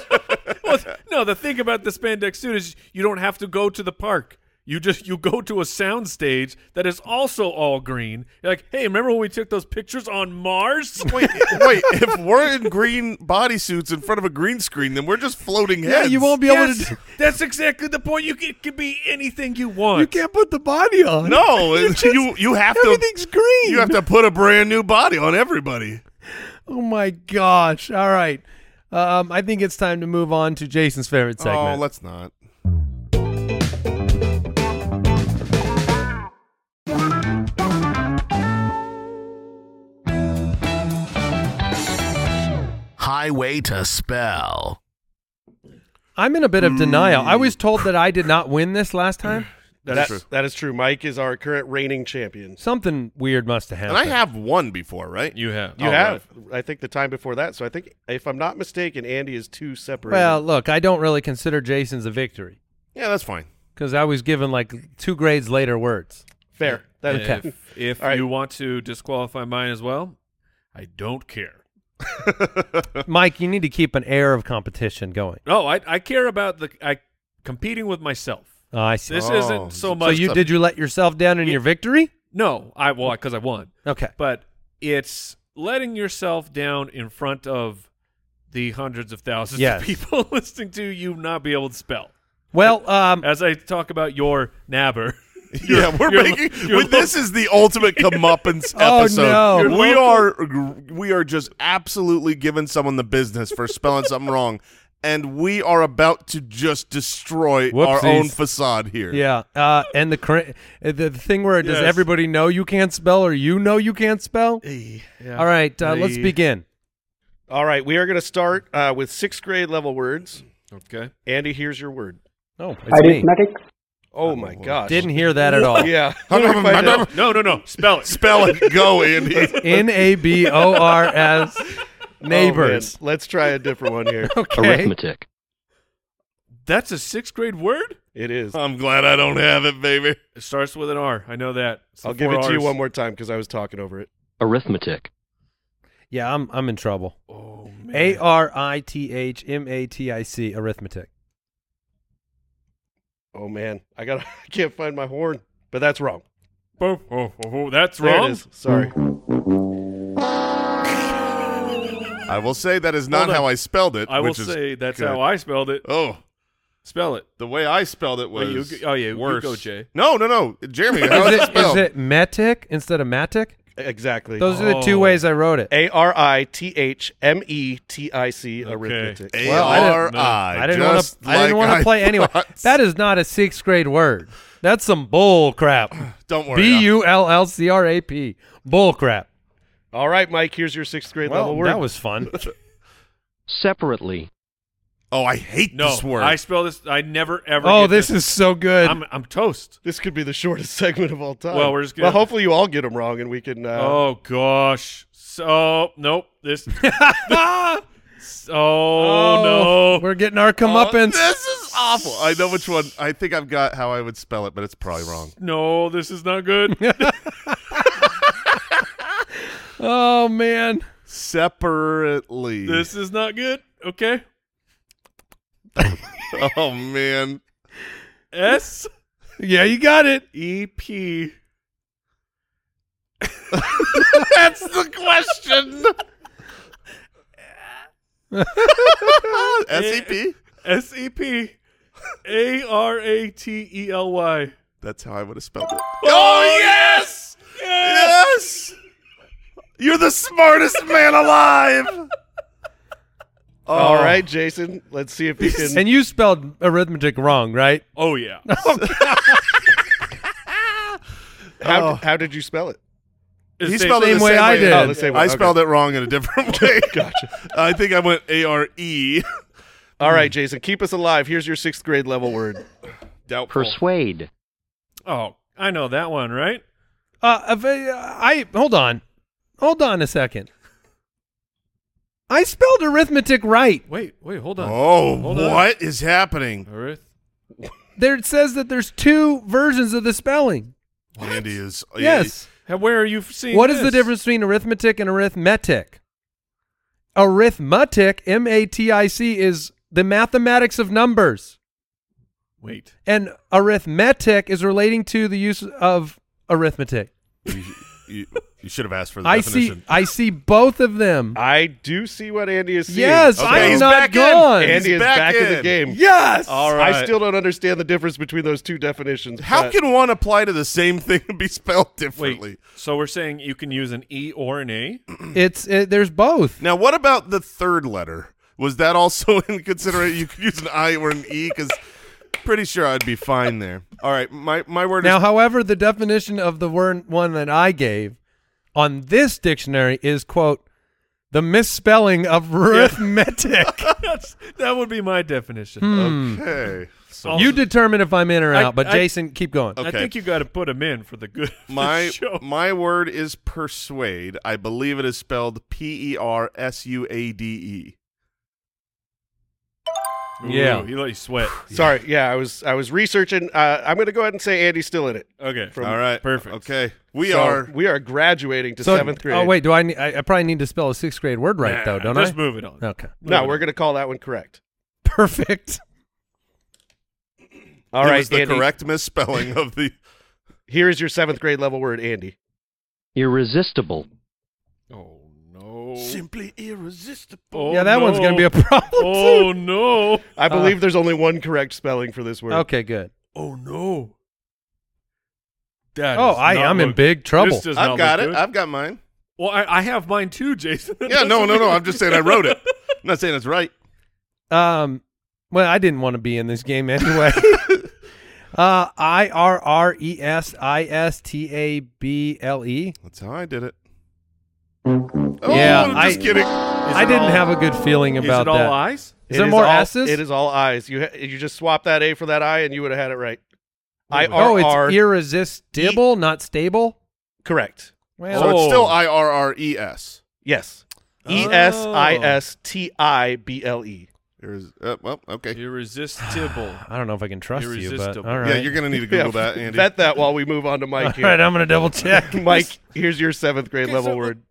S2: well, no, the thing about the spandex suit is you don't have to go to the park. You just you go to a soundstage that is also all green. You're like, hey, remember when we took those pictures on
S3: (laughs)
S2: Mars?
S3: Wait, (laughs) wait! If we're in green bodysuits in front of a green screen, then we're just floating
S4: yeah,
S3: heads.
S4: you won't be able to.
S2: Yes, that's exactly the point. You can, it can be anything you want.
S4: You can't put the body on.
S3: (laughs)
S4: (laughs)
S3: No, you you, have
S4: everything's
S3: to.
S4: green.
S3: You have to put a brand new body on everybody.
S4: Oh my gosh! All right, um, I think it's time to move on to Jason's favorite
S3: Oh,
S4: segment.
S3: let's not.
S1: Highway to Spell.
S4: I'm in a bit of denial. I
S3: Mm.
S4: was told that I did not win this last time.
S5: That- That is true. Mike is our current reigning champion.
S4: Something weird must have
S3: And
S4: happened.
S3: I have one before, right?
S2: You have.
S5: You have, I think, the time before that. So I think, if I'm not mistaken, Andy is two separate.
S4: Well, look, I don't really consider Jason's a victory
S3: Yeah, that's fine.
S4: because I was given like two grades
S2: (laughs)
S4: later words.
S5: fair. That is
S4: Okay.
S2: If, if
S5: All right.
S2: you want to disqualify mine as well, I don't care.
S4: Mike, you need to keep an air of competition going.
S2: No, I, I care about the I competing with myself.
S4: Oh, I see.
S2: This
S3: Oh,
S2: isn't so
S4: so
S2: much.
S4: you did you let yourself down in your victory?
S2: no, I well because I won.
S4: Okay.
S2: but it's letting yourself down in front of the hundreds of thousands
S4: Yes.
S2: of people (laughs) listening to you not be able to spell.
S4: Well,
S2: (laughs)
S4: um,
S2: As I talk about your nabber,
S3: Yeah, we're
S2: you're-
S3: making.
S2: you're
S3: we- this is the ultimate
S2: (laughs)
S3: comeuppance
S4: Oh,
S3: episode.
S4: no. You're
S3: We are we are just absolutely giving someone the business for spelling something wrong, and we are about to just destroy
S4: Whoopsies.
S3: our own facade here.
S4: yeah, uh, and the cra- uh, the the thing where does
S2: Yes.
S4: everybody know you can't spell or you know you can't spell? All right, uh, let's begin.
S5: All right. We are going to start uh, with sixth grade level words.
S2: Okay.
S5: Andy, here's your word.
S4: Oh, it's me.
S5: Oh, my gosh.
S4: Didn't hear
S2: (laughs)
S4: that at all.
S5: Yeah. Oh,
S2: No, no, no. Spell it.
S3: Spell it,
S2: (laughs)
S3: go, Andy.
S4: N a b o r s neighbors.
S5: Oh, man. Let's try a different one here.
S4: okay.
S6: Arithmetic.
S2: That's a sixth grade word.
S5: It is.
S3: I'm glad I don't have it, baby.
S2: It starts with an R. I know that. It's the
S5: I'll give
S2: four
S5: it to you
S2: Rs.
S5: one more time because I was talking over it.
S6: Arithmetic.
S4: Yeah, I'm I'm in trouble.
S2: Oh man.
S4: A R I T H M A T I C arithmetic.
S5: Oh man, I got. (laughs) I can't find my horn, but that's wrong.
S2: Boom. Oh, oh, oh, that's
S5: There
S2: wrong.
S5: it is. Sorry.
S3: I will say that is not
S2: Hold on.
S3: how I spelled it.
S2: I will
S3: which is
S2: say that's
S3: good.
S2: how I spelled it.
S3: Oh,
S2: Spell it.
S3: the way I spelled it was.
S2: Wait, you go- oh, yeah, you
S3: worse.
S2: go, Jay.
S3: No, no, no,
S2: (laughs)
S3: Jeremy. How is
S4: Is
S3: it
S4: it, is
S3: spelled?
S4: it metic instead of matic?
S5: Exactly.
S4: Those are the two
S2: Oh.
S4: ways I wrote it.
S5: A R I T H M E T I C
S2: Okay.
S5: arithmetic.
S3: A
S4: Well, I didn't-
S3: R I.
S4: I didn't want to.
S3: just
S4: I didn't
S3: like
S4: want to play anyway.
S3: (laughs) thought.
S4: That is not a sixth grade word. That's some bull
S3: (clears throat)
S4: crap.
S3: Don't worry.
S4: B
S3: I'll-
S4: u l l c r a p. Bull crap.
S5: All right, Mike. Here's your sixth grade
S4: Well,
S5: level word.
S4: that was (laughs) fun.
S6: Separately.
S3: Oh, I hate
S2: No,
S3: this word.
S2: I spell this. I never ever.
S4: oh,
S2: get
S4: this is so good. (laughs)
S2: I'm I'm toast.
S5: this could be the (laughs) shortest segment of all time.
S2: Well, we're just
S5: Well,
S2: gonna-
S5: hopefully you all get them
S4: Uh,
S5: wrong, and we can. Uh,
S4: (laughs)
S2: oh gosh. So nope. This Oh, no.
S4: Ah! We're getting our
S3: Oh,
S4: comeuppance.
S3: this is awful. I know which one. I think I've got how I would spell it, but it's probably wrong.
S2: no, this is not
S4: (laughs)
S2: good.
S3: (laughs)
S4: oh man.
S3: Separately.
S2: this is not good. Okay.
S3: (laughs) oh man.
S2: S
S4: Yeah, you got it.
S2: E P.
S3: That's the question. SEP.
S2: S E P A R A T E L Y.
S3: That's how I would have spelled it.
S2: Oh, yes!
S3: Yes. You're the smartest man alive.
S5: All right, Jason. Let's see if
S4: (laughs)
S5: you can.
S4: And you spelled arithmetic wrong, right?
S2: Oh, yeah.
S4: (laughs)
S5: How, how did you spell it?
S3: He
S2: Same-
S3: spelled it
S4: same
S3: the
S4: way
S3: same
S4: I did.
S5: Oh, the same way,
S3: I
S5: okay.
S3: spelled it wrong in a different way. gotcha. I think I went A R E. (laughs)
S5: All right, Jason. Keep us alive. Here's your sixth grade level word.
S3: Doubtful.
S6: Persuade.
S2: Oh, I know that one, right?
S4: Uh, if I, I hold on, hold on a second. I spelled arithmetic right.
S2: Wait, wait, hold on.
S3: Oh,
S2: Hold on.
S3: what is happening?
S2: Earth.
S4: There it says that there's two versions of the spelling.
S3: Andy is
S4: Yes.
S2: Hey, Where are you seeing
S4: What is the
S2: this?
S4: difference between arithmetic and arithmetic? Arithmetic, M A T I C, is the mathematics of numbers,
S2: Wait.
S4: and arithmetic is relating to the use of arithmetic.
S3: You, you, you should have asked for the
S4: (laughs) I
S3: definition.
S4: see. I see both of them.
S5: I do see what Andy is seeing. Oh,
S4: Yes,
S3: Okay.
S4: I'm
S3: He's
S4: not
S3: back in. Um,
S4: gone.
S5: Andy
S3: He's
S5: is
S3: back
S5: back, in.
S3: in.
S5: the game.
S4: Yes.
S2: All right.
S5: I still don't understand the difference between those two definitions.
S3: How
S5: but-
S3: can one apply to the same thing and be spelled
S2: Wait.
S3: differently?
S2: So we're saying you can use an E or an A?
S3: (laughs)
S4: It's it, there's both.
S3: Now, what about the third letter? Was that also (laughs) in consideration? You could use an I or an E because pretty sure I'd be fine there. All right, my my word
S4: Now,
S3: is
S4: however, the definition of the word one that I gave on this dictionary is quote the
S2: (laughs)
S4: misspelling of arithmetic.
S2: That's, that would be my definition.
S4: Hmm.
S3: okay. So
S2: Also-
S4: you determine if I'm in or
S2: I-
S4: out, but
S2: I-
S4: Jason, keep going.
S2: I
S3: Okay.
S2: think you got to put them in for the good of
S3: (laughs)
S2: the
S3: my
S2: (laughs) show.
S3: my word is persuade. I believe it is spelled P E R S U A D E.
S4: Yeah.
S2: Ooh, he let you sweat.
S5: Sorry. Yeah, I was I was researching. Uh, I'm going to go ahead and say Andy's still in it.
S2: Okay.
S3: All right,
S2: Perfect.
S3: Okay, we
S5: So
S3: are.
S5: we are graduating to seventh grade.
S4: Oh wait, do I, need, I? I probably need to spell a sixth grade word right
S2: Nah,
S4: though, don't
S2: just
S4: I?
S2: move it on.
S4: Okay,
S5: No, we're going to call that one correct.
S4: perfect.
S5: All
S3: it
S5: right,
S3: was the
S5: Andy.
S3: correct misspelling of the.
S5: Here is your seventh grade level word, Andy.
S6: Irresistible.
S2: Oh no.
S3: Simply irresistible.
S2: Oh,
S4: yeah, that one's
S2: no.
S4: gonna be a problem too.
S2: Oh no.
S5: I believe there's only one correct spelling for this word.
S4: Uh, Okay, good.
S2: Oh no. That
S4: Oh,
S2: does
S4: I
S2: not
S4: am in
S2: look-
S4: big trouble.
S2: This does not
S3: I've
S2: look
S3: got it.
S2: good.
S3: I've got mine.
S2: well, I, I have mine too, Jason. That
S3: Yeah, no,
S2: doesn't
S3: no, no.
S2: mean-
S3: I'm just saying I wrote it. I'm not saying it's right.
S4: Um, well, I didn't want to be in this
S2: (laughs)
S4: game (laughs) anyway. uh, I R R E S I S T A B L E.
S3: That's how I did it.
S4: Yeah,
S3: oh, I'm just
S4: I-
S3: kidding.
S4: I didn't have a good feeling
S2: Is
S4: about
S2: it all
S4: that.
S2: eyes?
S4: Is
S5: It
S4: there more
S5: all,
S4: S's?
S5: It is all eyes. You ha- you just swap that A for that I, and you would have had it right. I
S4: oh,
S5: R
S4: it's
S5: R.
S4: irresistible, not stable.
S5: Correct.
S4: Well,
S3: So it's still
S2: Oh.
S3: I R R E S.
S5: Yes.
S4: Oh.
S5: E S I S T I B L E.
S3: There's uh, well, okay.
S2: Irresistible.
S4: I don't know if I can trust you, but
S2: Irresistible.
S4: all right.
S3: Yeah, you're gonna need to
S4: (laughs)
S3: Google that,
S5: (laughs)
S3: Andy.
S5: Vet that while we move on to
S4: all
S5: Mike here.
S4: right, I'm gonna double check.
S5: (laughs) Mike, here's your
S4: (laughs)
S5: seventh grade
S2: Okay,
S5: level
S2: so-
S5: word.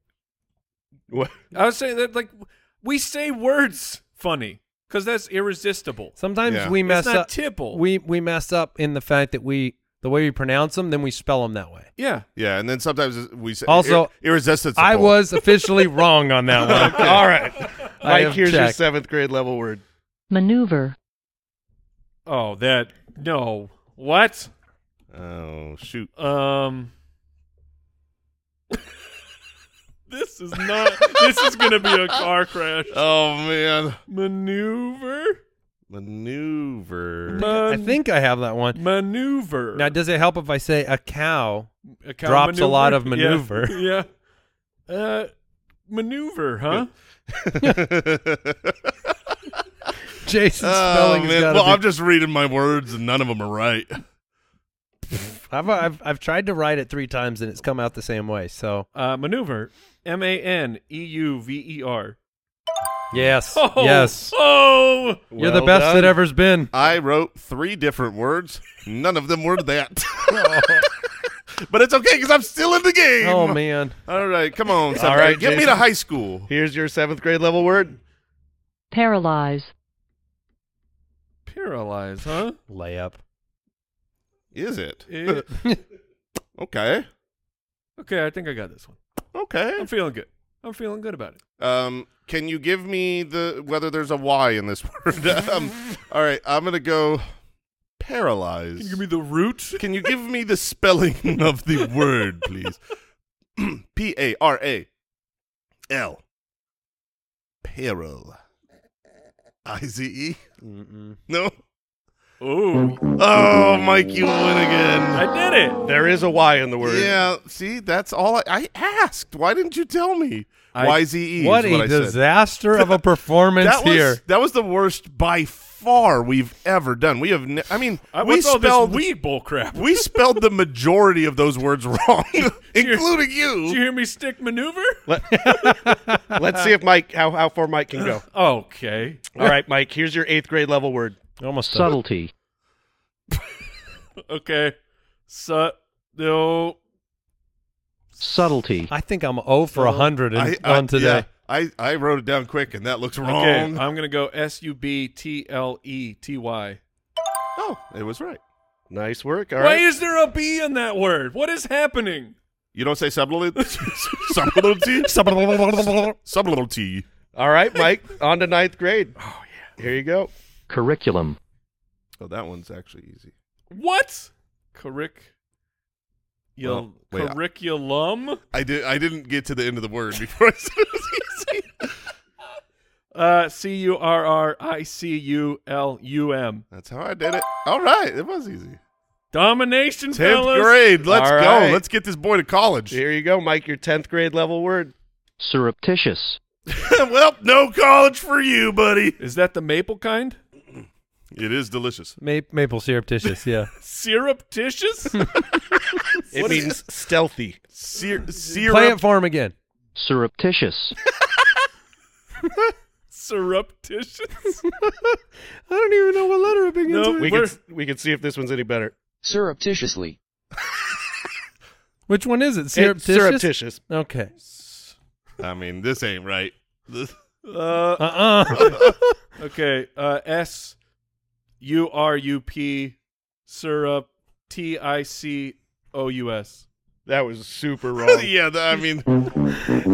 S5: What?
S2: (sighs) I was saying that like we say words funny because that's irresistible.
S4: Sometimes
S3: Yeah.
S4: we
S2: It's
S4: mess
S2: not
S4: up.
S2: tipple.
S4: We we mess up in the fact that we the way we pronounce them, then we spell them that way.
S2: yeah.
S3: yeah, and then sometimes we say
S4: Also,
S3: ir- irresistible.
S4: I was officially wrong on that one.
S5: All right.
S4: I
S5: Mike,
S4: have
S5: here's your
S4: checked.
S5: seventh grade level word.
S7: maneuver,
S2: Oh, that no. What?
S3: Oh shoot!
S2: Um. (laughs) this is not. this is gonna be a car crash.
S3: Oh man,
S2: Maneuver.
S4: (laughs)
S3: maneuver.
S4: I think I have that one.
S2: maneuver.
S4: Now, does it help if I say a cow? (laughs)
S2: A cow
S4: drops a lot of
S2: Yeah. yeah. Uh, maneuver, huh?
S4: Jason
S3: Oh
S4: spelling
S3: man! Well, I'm just reading my words, and none of them are right.
S4: I've, uh, I've I've tried to write it three times and it's come out the same way. So
S2: Uh, maneuver. M A N E U V E R.
S4: Yes.
S2: (laughs) Oh,
S4: yes.
S2: Oh,
S4: You're the best
S5: done.
S4: that ever's been.
S3: I wrote three different words. None of them were that. (laughs) but it's okay because I'm still in the game.
S4: Oh man.
S3: All right, come on. All
S5: right,
S3: right, get me
S5: Jason.
S3: to high school.
S5: Here's your seventh grade level word.
S6: paralyze,
S2: paralyzed, huh?
S4: Layup.
S3: Is it?
S2: Eh,
S3: (laughs) okay.
S2: okay, I think I got this one.
S3: Okay.
S2: I'm feeling good. I'm feeling good about it.
S3: Um, can you give me the whether there's a Y in this (laughs) word? um, all right, I'm gonna go paralyzed.
S2: Can you give me the root?
S3: Can you give me the spelling (laughs) of the word, please? (clears throat) P A R A L. Peril. I Z E? No?
S2: Oh,
S3: Oh, Mike, you win again.
S2: I did it.
S5: There is a Y in the word.
S3: Yeah, see, that's all I, I asked. Why didn't you tell me?
S2: I-
S3: Y Z E.
S4: What
S3: is what
S4: a
S3: I said.
S4: disaster of a performance
S3: That was,
S4: here.
S3: that was the worst by far we've ever done. We have, ne- I mean,
S2: I,
S3: we
S2: what's all
S3: spelled
S2: this weed bull crap?
S3: we spelled the majority of those words (laughs) wrong, including
S2: Did you hear me stick maneuver?
S4: (laughs)
S5: Let's see if Mike how, how far Mike can go.
S2: Okay.
S5: All right, Mike, here's your eighth grade level word.
S4: Almost done.
S6: subtlety,
S2: Okay. So no.
S6: subtlety,
S4: I think I'm 0 for 100 in, on
S3: yeah,
S4: today.
S3: I, I wrote it down quick, and that looks wrong.
S2: Okay, I'm gonna go S U B T L E T Y.
S3: oh, it was right.
S5: Nice work. All
S2: Why
S5: right.
S2: is there a B in that word? What is happening?
S3: You don't say
S5: (laughs)
S3: subtlety, subtlety, subtlety.
S5: All right, Mike, on to ninth grade. Oh yeah. Here you go.
S6: curriculum,
S3: Oh, that one's actually easy.
S2: What? Curric.
S3: Well, wait, I-
S2: curriculum.
S3: I did. I didn't get to the end of the word before I said it was easy.
S2: Uh, C U R R I C U L U M.
S3: That's how I did it. All right, it was easy.
S2: Domination,
S3: Tenth
S2: fellas.
S3: grade. Let's
S5: All
S3: go.
S5: right.
S3: Let's get this boy to college.
S5: Here you go, Mike, your tenth grade level word.
S6: surreptitious,
S3: (laughs) well, no college for you, buddy.
S2: Is that the maple kind?
S3: It is delicious.
S4: Ma- maple surreptitious, yeah.
S3: (laughs)
S2: Surreptitious?
S5: It means stealthy.
S3: Syrup.
S4: Play it for him again.
S6: surreptitious,
S2: Surreptitious?
S4: I don't even know what letter it begins
S2: Nope.
S4: with.
S5: We
S2: Where-
S5: can we can see if this one's any better.
S7: surreptitiously.
S4: (laughs) Which one is it?
S5: It's
S4: Surreptitious?
S5: surreptitious.
S4: Okay.
S3: I mean, this ain't right. (laughs) This-
S2: Uh,
S4: Uh-uh.
S3: (laughs)
S2: okay. Uh, S U R U P syrup T I C O U S.
S5: That was super wrong.
S3: (laughs) yeah, the- I mean,
S4: All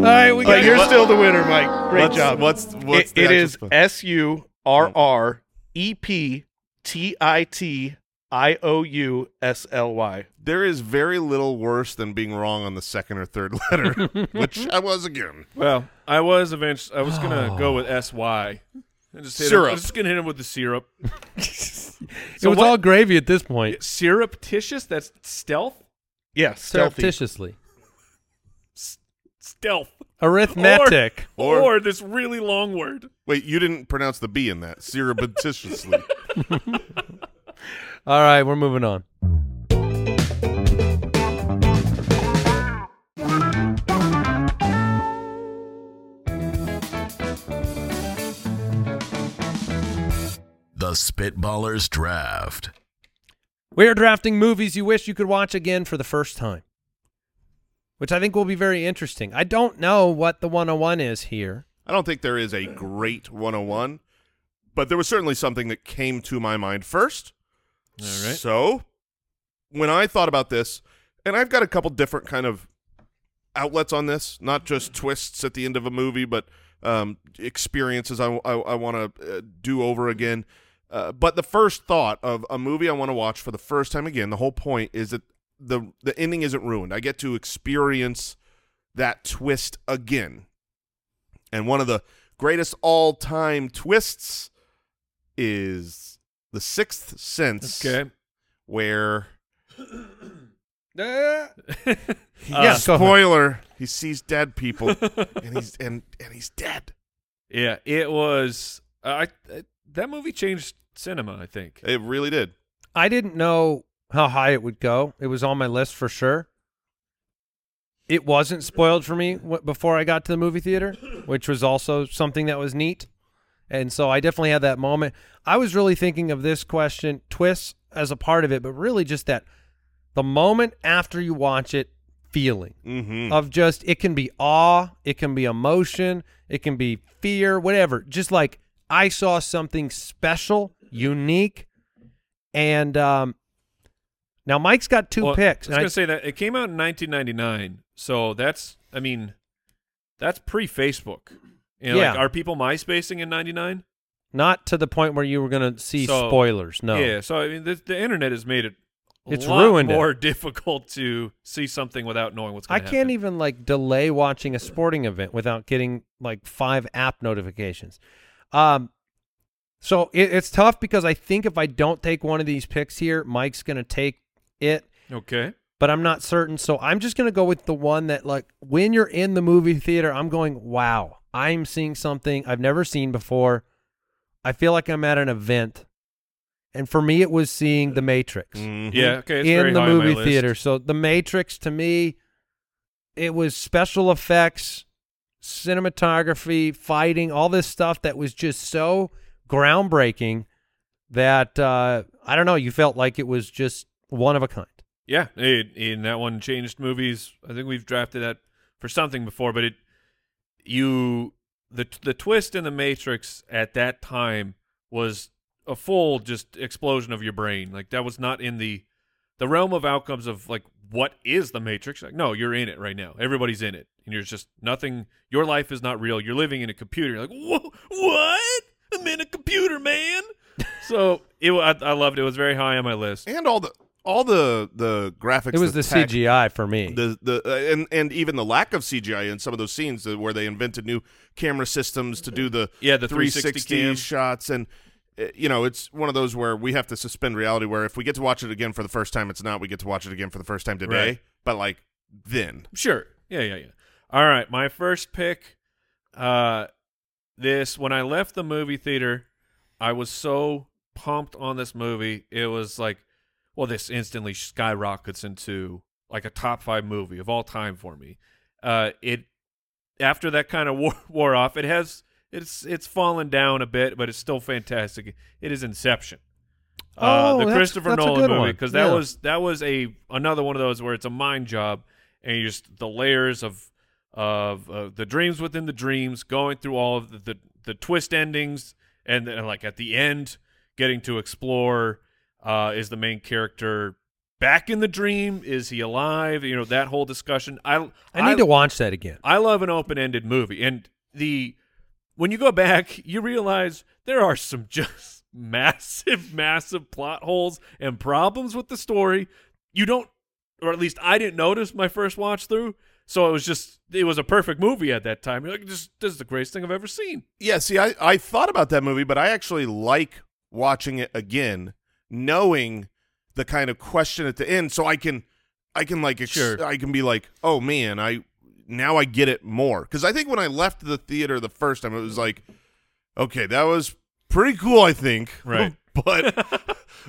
S4: right, we
S5: But
S4: got
S5: you're
S3: what-
S5: still the winner, Mike. Great
S3: what's,
S5: job.
S3: What's what's
S5: It-
S3: the
S5: it
S3: actual
S5: is
S3: spell?
S5: S U R R E P T I T I O U S L Y.
S3: There is very little worse than being wrong on the second or third (laughs) letter, which I was again.
S2: Well, I was eventually. I was gonna
S4: Oh.
S2: go with S Y. And just hit him-
S3: Syrup.
S2: I was just gonna hit him with the
S4: (laughs)
S2: syrup.
S4: It was
S2: what-
S4: all gravy at this point.
S2: Surreptitious. That's stealth.
S5: Yeah, stealthy.
S4: Surreptitiously.
S2: Stealth.
S4: Arithmetic.
S2: Or,
S3: Or-
S2: or this really long word.
S3: Wait, you didn't pronounce the B in that surreptitiously.
S4: All right, we're moving on.
S1: The Spitballers Draft.
S4: We are drafting movies you wish you could watch again for the first time, which I think will be very interesting. I don't know what the 101 is here.
S3: I don't think there is a great 101, but there was certainly something that came to my mind first. All right. So, when I thought about this, and I've got a couple different kind of outlets on this, not just twists at the end of a movie, but um, experiences I, I, I want to uh, do over again. Uh, but the first thought of a movie I want to watch for the first time again, the whole point is that the the ending isn't ruined. I get to experience that twist again. And one of the greatest all time twists is The Sixth Sense,
S2: (laughs) Okay.
S3: where
S4: yes, go ahead.
S3: spoiler he sees dead people (laughs) and he's and and he's dead.
S2: Yeah, it was. uh, I I- that movie changed cinema. I think.
S4: Uh,
S3: It really did.
S4: I didn't know how high it would go. It was on my list for sure. it wasn't spoiled for me w- before I got to the movie theater, which was also something that was neat. And so I definitely had that moment. I was really thinking of this question, twists as a part of it, but really just that the moment after you watch it feeling
S3: Mm-hmm.
S4: of just it can be awe, it can be emotion, it can be fear, whatever. Just like I saw something special, unique, and um now Mike's got two
S2: Well, I was
S4: picks. and I-
S2: gonna say that it came out in 1999, so that's I mean, that's pre Facebook. You know,
S4: Yeah.
S2: like, are people MySpacing in '99?
S4: not to the point where you were going to see
S2: So-
S4: spoilers. No,
S2: Yeah. So I mean, the, the internet has made it. a
S4: It's
S2: lot
S4: ruined it.
S2: More (laughs) difficult to see something without knowing what's
S4: I
S2: going to
S4: can't
S2: happen.
S4: even like delay watching a sporting event without getting like five app notifications. Um, so it, it's tough because I think if I don't take one of these picks here, Mike's going to take it.
S2: Okay.
S4: but I'm not certain. So I'm just going to go with the one that, like, when you're in the movie theater, I'm going, wow, I'm seeing something I've never seen before. I feel like I'm at an event. And for me, it was seeing The Matrix
S2: Yeah. Okay. It's very
S4: Mm-hmm. in the
S2: high on my
S4: movie
S2: list.
S4: theater. So The Matrix to me, it was special effects, cinematography, fighting, all this stuff that was just so groundbreaking that uh, I don't know. You felt like it was just one of a kind.
S2: Yeah, it, and that one changed movies. I think we've drafted that for something before, but it you the the twist in the Matrix at that time was a full just explosion of your brain. Like that was not in the the realm of outcomes of like what is the Matrix? Like no, you're in it right now. Everybody's in it, and you're just nothing. Your life is not real. You're living in a computer. You're like Whoa, what? I'm in a computer, man. so it, wa- I, I loved it. It was very high on my list.
S3: And all the all the the graphics.
S4: It was the,
S3: tech-
S4: CGI for me.
S3: The the uh, and and even the lack of CGI in some of those scenes uh, where they invented new camera systems to do the
S2: Yeah, the 360 cam.
S3: shots and uh, you know it's one of those where we have to suspend reality where if we get to watch it again for the first time it's not we get to watch it again for the first time today
S2: Right.
S3: but like then
S2: Sure. Yeah, yeah, yeah. All right, my first pick. Uh, this when I left the movie theater, I was so pumped on this movie. It was like, well, this instantly skyrockets into like a top five movie of all time for me. Uh, it after that kind of (laughs) wore, wore off, it has it's it's fallen down a bit, but it's still fantastic. It is Inception. Uh,
S4: Oh,
S2: the
S4: that's-
S2: Christopher
S4: that's a
S2: Nolan
S4: good
S2: movie
S4: one.
S2: because that
S4: Yeah.
S2: was that was a another one of those where it's a mind job and you just the layers of of uh, the dreams within the dreams going through all of the the, the twist endings and then like at the end getting to explore uh, is the main character back in the dream is he alive you know that whole discussion I
S4: I need to watch that again.
S2: I love an open-ended movie, and the when you go back, you realize there are some (laughs) just massive, massive plot holes and problems with the story. You don't, or at least I didn't notice my first watch through. So it was just it was a perfect movie at that time. You're like, this, this is the greatest thing I've ever seen.
S3: yeah see I I thought about that movie but I actually like watching it again knowing the kind of question at the end so I can I can like ex-
S2: Sure.
S3: I can be like oh man I now I get it more because I think when I left the theater the first time it was like okay that was pretty cool I think
S2: Right.
S3: (laughs)
S2: (laughs)
S3: but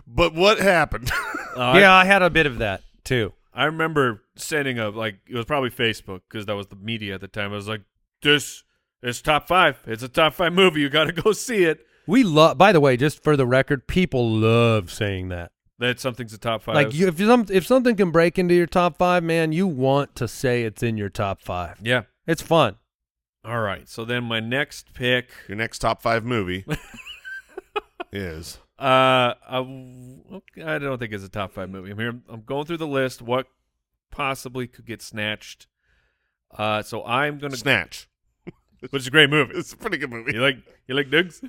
S3: but what happened (laughs)
S2: Uh, I-
S4: yeah, I had a bit of that too.
S2: I remember sending a like it was probably Facebook because that was the media at the time. I was like, this is top five. It's a top five movie. You got to go see it.
S4: We love. By the way, just for the record, people love saying that.
S2: That something's a top five.
S4: Like, you, if you, some, if something can break into your top five, man, you want to say it's in your top five.
S2: yeah.
S4: It's fun.
S2: All right. So then my next pick,
S3: Your next top five
S2: (laughs)
S3: movie is
S2: uh, I, I don't think it's a top five movie. I'm here. I'm going through the list. What possibly could get snatched? Uh, so I'm gonna,
S3: Snatch.
S2: (laughs) which is a great movie.
S3: It's a pretty good movie.
S2: You like, you like Diggs?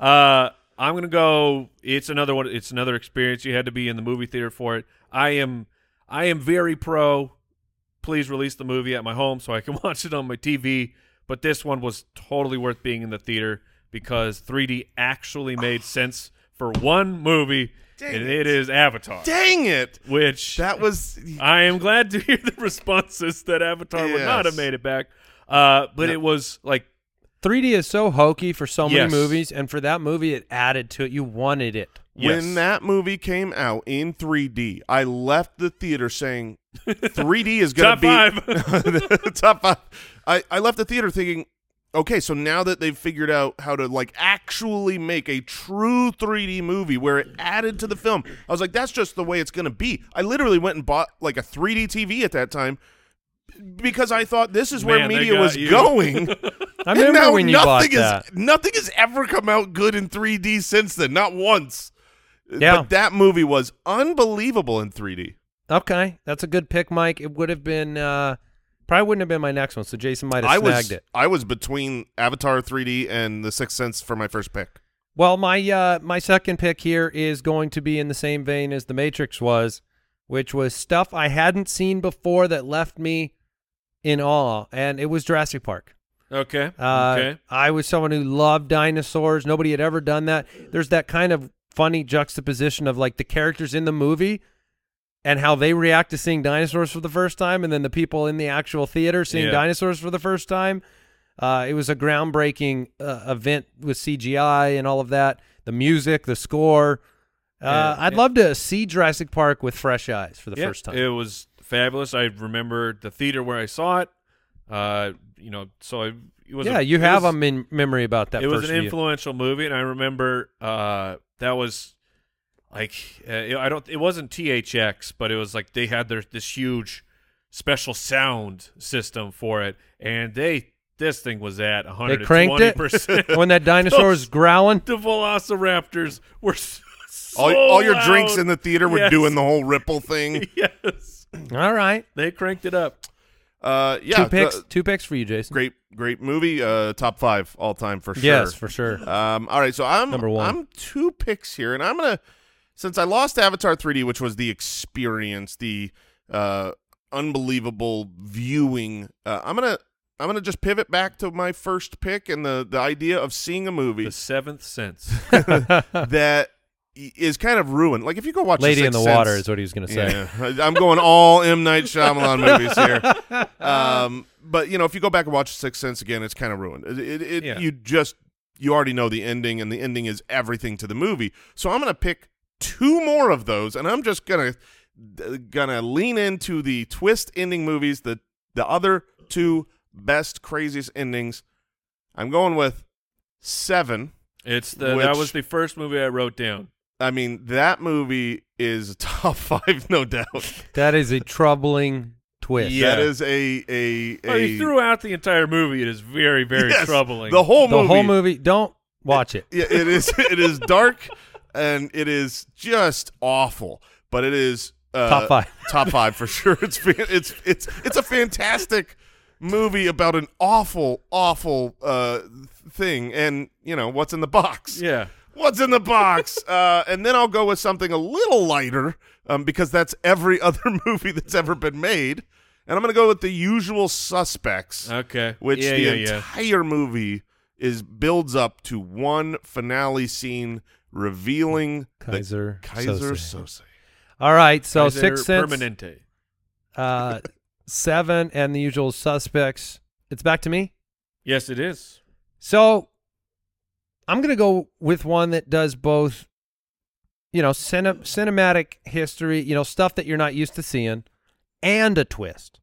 S2: Uh, I'm gonna go. It's another one. It's another experience. You had to be in the movie theater for it. I am, I am very pro. Please release the movie at my home so I can (laughs) watch it on my TV. But this one was totally worth being in the theater because 3D actually made sense for one movie,
S3: Ah. Dang
S2: and
S3: it.
S2: it is Avatar.
S3: Dang it!
S2: Which
S3: That was
S2: I am glad to (laughs) hear the responses that Avatar would
S3: Yes.
S2: not have made it back. Uh, but it was like
S4: 3D is so hokey for so many
S3: (laughs)
S2: Yes.
S4: movies, and for that movie, it added to it. You wanted it.
S2: Yes.
S3: When that movie came out in 3D, I left the theater saying 3D is going
S2: Top
S3: to be
S2: five.
S3: (laughs) top five. I, I left the theater thinking, okay, so now that they've figured out how to like actually make a true 3D movie where it added to the film, I was like, that's just the way it's going to be. I literally went and bought like a 3D TV at that time because I thought this is where
S2: Man, they
S3: media
S2: got
S3: was
S2: you. (laughs)
S3: going.
S4: I remember
S3: and now
S4: when you
S3: nothing
S4: bought
S3: is,
S4: that.
S3: Nothing has ever come out good in 3D since then. Not once.
S4: Yeah.
S3: But that movie was unbelievable in 3D.
S4: Okay, that's a good pick, Mike. It would have been uh, probably wouldn't have been my next one. So Jason might have
S3: I
S4: snagged
S3: was
S4: it.
S3: I was between Avatar 3D and The Sixth Sense for my first pick.
S4: Well, my uh, my second pick here is going to be in the same vein as the Matrix was, which was stuff I hadn't seen before that left me in awe, and it was Jurassic Park.
S2: okay.
S4: Uh,
S2: okay.
S4: I was someone who loved dinosaurs. Nobody had ever done that. There's that kind of funny juxtaposition of like the characters in the movie and how they react to seeing dinosaurs for the first time, and then the people in the actual theater seeing
S2: Yeah.
S4: dinosaurs for the first time. Uh, it was a groundbreaking uh, event with CGI and all of that. The music, the score. Uh,
S2: Yeah,
S4: I'd
S2: yeah.
S4: love to see Jurassic Park with fresh eyes for the
S2: Yeah,
S4: first time.
S2: It was fabulous. I remember the theater where I saw it. Uh, you know, so I, it was.
S4: yeah,
S2: a,
S4: you
S2: it
S4: have
S2: was,
S4: a mem- memory about that.
S2: It
S4: first
S2: was an
S4: view.
S2: influential movie, and I remember uh, that was like uh, it- I don't. It wasn't THX, but it was like they had their this huge special sound system for it, and they this thing was at one
S4: They
S2: hundred
S4: cranked
S2: twenty
S4: it (laughs)
S2: percent. (laughs)
S4: when that dinosaur was growling.
S2: the Velociraptors were so, so
S3: all, all your drinks
S2: loud.
S3: in the theater were
S2: Yes.
S3: doing the whole ripple
S4: (laughs)
S3: thing.
S2: (laughs) yes,
S4: All right.
S2: they cranked it up.
S3: Uh, yeah,
S4: two picks,
S3: the-
S4: two picks for you, Jason.
S3: great, great movie. Uh, top five all time for sure.
S4: Yes, for sure.
S3: Um, all right, so I'm
S4: Number one.
S3: I'm two picks here, and I'm gonna since I lost Avatar 3D, which was the experience, the uh, unbelievable viewing. Uh, I'm gonna I'm gonna just pivot back to my first pick and the the idea of seeing a movie
S4: (laughs)
S2: The
S3: (laughs)
S2: Seventh Sense.
S3: that i- is kind of ruined. Like if you go watch
S4: Lady in the
S3: Sixth
S4: Water
S3: Sense-
S4: is what he was going to say.
S3: Yeah, I'm going all M Night Shyamalan movies here. Um, but you know, if you go back and watch Sixth Sense again, it's kind of ruined. It, it, it-
S2: Yeah.
S3: you just you already know the ending, and the ending is everything to the movie. So I'm gonna pick two more of those, and I'm just gonna gonna lean into the twist ending movies, the the other two best craziest endings. I'm going with seven.
S2: It's the
S3: Which-
S2: that was the first movie I wrote down.
S3: I mean, that movie is (laughs) top five, no doubt.
S4: That is a troubling twist.
S2: Yeah. Oh,
S3: That is a a, a
S2: I mean, throughout the entire movie, it is very very
S3: Yes,
S2: troubling.
S3: The whole
S4: the
S3: movie.
S4: whole movie. Don't watch it.
S3: Yeah, it is. It is dark, and it is just awful. But it is uh,
S4: Top five.
S3: (laughs) Top five for sure. It's fan- it's it's it's a fantastic movie about an awful awful uh thing and you know what's in the box
S2: yeah,
S3: what's in the box uh and then i'll go with something a little lighter um because that's every (laughs) other movie that's ever been made and i'm gonna go with the usual suspects
S2: okay,
S3: which
S2: yeah,
S3: the
S2: yeah, yeah.
S3: entire movie is builds up to one finale scene revealing
S4: Kaiser
S3: the Kaiser
S4: Soze.
S3: Soze.
S4: All right. So
S2: Kaiser
S4: six cents,
S2: Permanente.
S4: uh, seven, and the usual suspects. It's back to me.
S2: Yes, it is.
S4: So I'm going to go with one that does both, you know, cine- cinematic history, you know, stuff that you're not used to seeing, and a twist.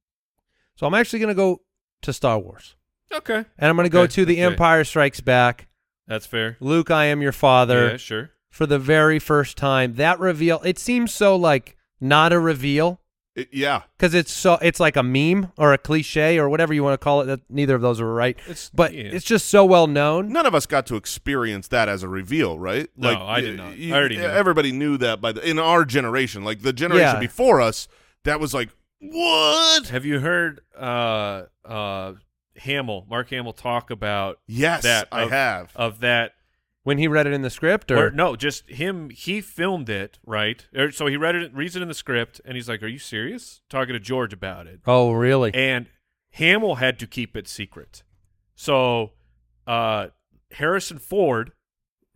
S4: So I'm actually going to go to Star Wars.
S2: Okay,
S4: And I'm going to go
S2: Okay,
S4: to The
S2: okay.
S4: Empire Strikes Back.
S2: that's fair.
S4: Luke, I am your father
S2: Yeah, sure.
S4: for the very first time. That reveal, it seems so like not a reveal
S3: It- yeah
S4: because it's so it's like a meme or a cliche or whatever you want to call it. That neither of those are right,
S2: It's-
S4: but
S2: yeah.
S4: it's just so well known.
S3: none of us got to experience that as a reveal right
S2: No, I did not. I already knew.
S3: everybody knew that by the in our generation like the generation
S4: Yeah.
S3: before us that was like what
S2: Have you heard uh uh Hamill, Mark Hamill, talk about
S3: yes
S2: that?
S3: i
S2: of-
S3: have
S2: of that
S4: When he read it in the script, or
S2: Or, no, just him. He filmed it, right? Or, so he read it, reads it in the script, and he's like, "Are you serious?" Talking to George about it,
S4: oh really?
S2: and Hamill had to keep it secret. So uh, Harrison Ford,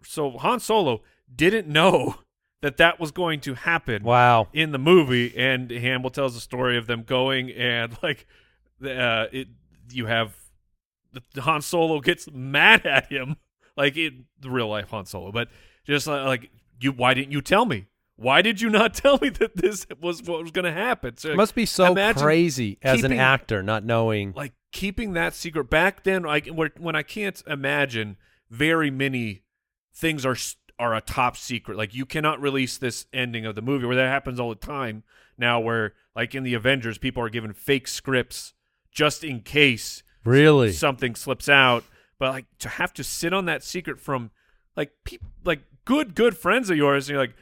S2: so Han Solo didn't know (laughs) that that was going to happen
S4: wow.
S2: in the movie, and Hamill tells the story of them going and (laughs) like, the, uh, it you have Han (laughs) Solo gets mad at him, like in the real life Han Solo, but just li- like you why didn't you tell me? Why did you not (laughs) tell me that this was what was going to happen? So,
S4: It must be so
S2: imagine
S4: crazy as an
S2: keeping-
S4: actor not knowing.
S2: like keeping that secret back then I where- when I can't imagine very many things are s- are a top secret like you cannot release this ending of the movie where that happens all the time now where like in the Avengers people are given fake scripts just in case
S4: Really?
S2: something slips out but like to have to sit on that secret from like peop like good good friends of yours and you're like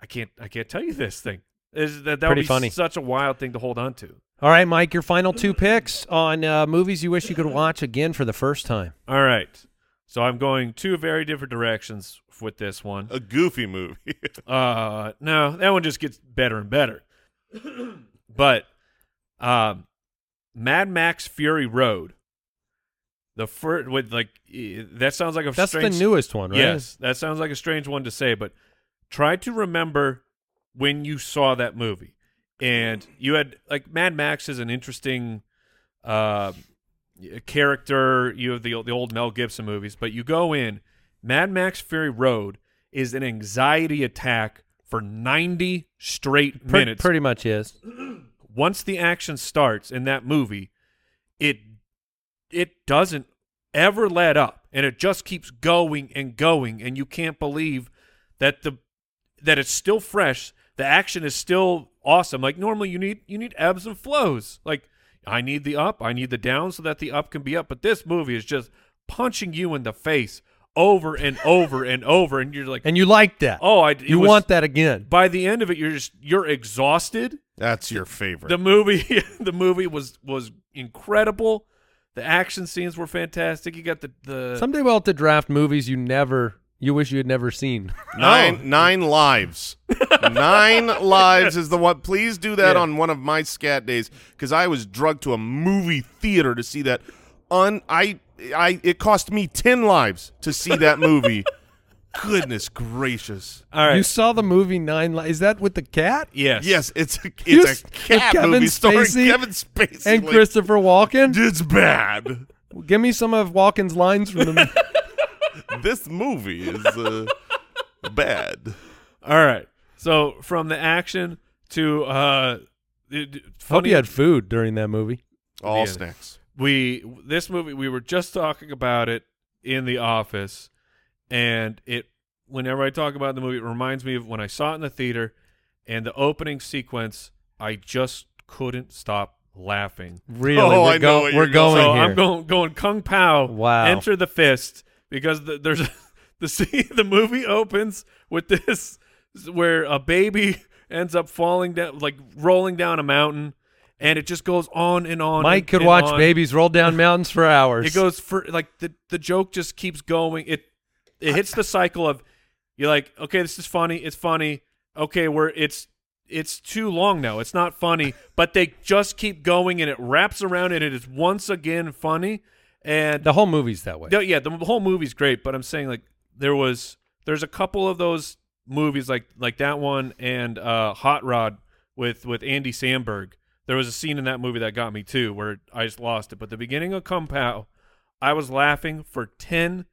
S2: I can't I can't tell you this thing is that that would
S4: Pretty
S2: be
S4: funny.
S2: such a wild thing to hold on to
S4: All right, Mike, your final two picks on uh, movies you wish you could watch again for the first time.
S2: All right. So I'm going two very different directions with this one.
S3: A goofy movie. (laughs)
S2: Uh no, that one just gets better and better. (clears throat) but um Mad Max Fury Road. The first with like eh, that sounds like a
S4: That's
S2: strange
S4: the newest one, right?
S2: Yes, that sounds like a strange one to say, but try to remember when you saw that movie. And you had like Mad Max is an interesting uh, character. You have the the old Mel Gibson movies, but you go in Mad Max Fury Road is an anxiety attack for 90 straight
S4: Pre-
S2: minutes
S4: pretty much is.
S2: once the action starts in that movie, it it doesn't ever let up and it just keeps going and going and you can't believe that the that it's still fresh, the action is still awesome. Like normally you need you need ebbs and flows. Like I need the up, I need the down so that the up can be up, but this movie is just punching you in the face over and over and over and you're like
S4: And you like that.
S2: oh I it
S4: you
S2: was-
S4: want that again.
S2: by the end of it you're just you're exhausted
S3: That's your favorite.
S2: the movie, (laughs) the movie was was incredible. The action scenes were fantastic. You got the the
S4: Someday we'll have to draft movies you never, you wish you had never seen.
S3: Nine
S4: Oh.
S3: nine lives.
S4: (laughs)
S3: nine lives is the one. Please do that
S2: Yeah.
S3: on one of my scat days because I was drugged to a movie theater to see that. Un I I it cost me ten lives to see that
S4: (laughs)
S3: movie. Goodness gracious!
S2: all
S4: You
S2: (laughs) right.
S4: saw the movie Nine Lives. Is that with the cat?
S2: yes.
S3: Yes, it's a,
S4: You
S3: it's
S4: s-
S3: a
S4: with
S3: cat
S4: Kevin
S3: movie starring
S4: Spacey
S3: Kevin Spacey
S4: And
S3: like,
S4: Christopher Walken?
S3: It's bad.
S4: Give me some of Walken's
S2: (laughs)
S4: lines from the movie.
S3: this movie is uh,
S4: (laughs)
S3: bad.
S2: All right. So from the action to uh, it,
S4: Hope
S2: funny.
S4: you had food during that movie.
S3: All
S2: Yeah.
S3: snacks.
S2: we this movie we were just talking about it in the office, and it whenever I talk about the movie, it reminds me of when I saw it in the theater, and the opening sequence. I just couldn't stop laughing.
S4: Really?
S3: Oh,
S4: we're
S3: I know
S4: go-
S3: what
S4: we're
S3: you're gonna
S4: going
S2: so
S4: here.
S2: I'm going going kung pao.
S4: Wow.
S2: Enter the fist because the, there's (laughs) the scene, the movie opens with this where a baby (laughs) ends up falling down like rolling down a mountain and it just goes on and on.
S4: Mike
S2: and-
S4: could
S2: and
S4: watch
S2: on.
S4: babies
S2: (laughs)
S4: roll down mountains for hours.
S2: It goes for like the the joke just keeps going. It it hits the cycle of you're like, okay, this is funny. It's funny. Okay, we're it's it's too long now. It's not funny, but they just keep going and it wraps around and it is once again funny. And
S4: the whole movie's that way.
S2: no, yeah, the whole movie's great, but I'm saying like there was there's a couple of those movies like like that one and uh Hot Rod with with Andy Samberg. There was a scene in that movie that got me too where I just lost it. But the beginning of Kung Pao, I was laughing for 10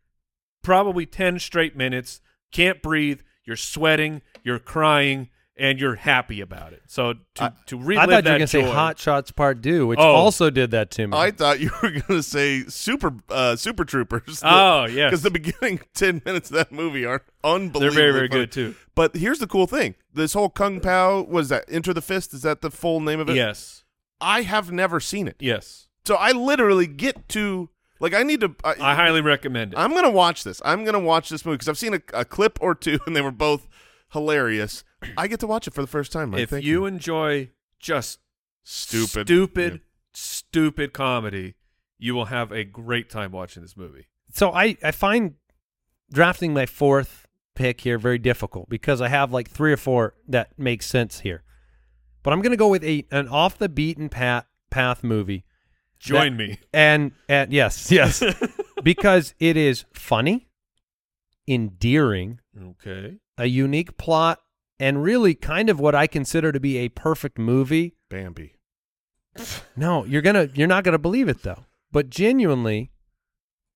S2: probably 10 straight minutes. Can't breathe, you're sweating, you're crying, and you're happy about it. So to to relive
S4: I thought
S2: that
S4: you were gonna say
S2: joy-
S4: Hot Shots Part Two, which
S2: Oh.
S4: also did that to me.
S3: I thought you were going to say super uh, super troopers. (laughs)
S2: Oh, yes.
S3: because the beginning ten minutes of that movie are
S2: They're
S3: unbelievable.
S2: very very good too.
S3: But here's the cool thing: this whole Kung Pao was that Enter the Fist. Is that the full name of it?
S2: Yes.
S3: I have never seen it,
S2: Yes.
S3: so I literally get to like I need to. I,
S2: I highly recommend it.
S3: I'm gonna watch this. I'm gonna watch this movie because I've seen a, a clip or two, (laughs) and they were both hilarious. I get to watch it for the first time. Mike.
S2: if
S3: Thank
S2: you enjoy just
S3: stupid,
S2: stupid, stupid comedy, you will have a great time watching this movie.
S4: so I, I find drafting my fourth pick here very difficult because I have like three or four that make sense here. But I'm gonna go with a an off the beaten path path movie.
S2: Join
S4: that-
S2: me.
S4: And
S2: (laughs)
S4: and yes, (laughs) yes. because it is funny, endearing,
S2: Okay.
S4: a unique plot, and really kind of what I consider to be a perfect movie.
S3: yeah. Bambi.
S4: No, you're gonna you're not gonna believe it though. But genuinely,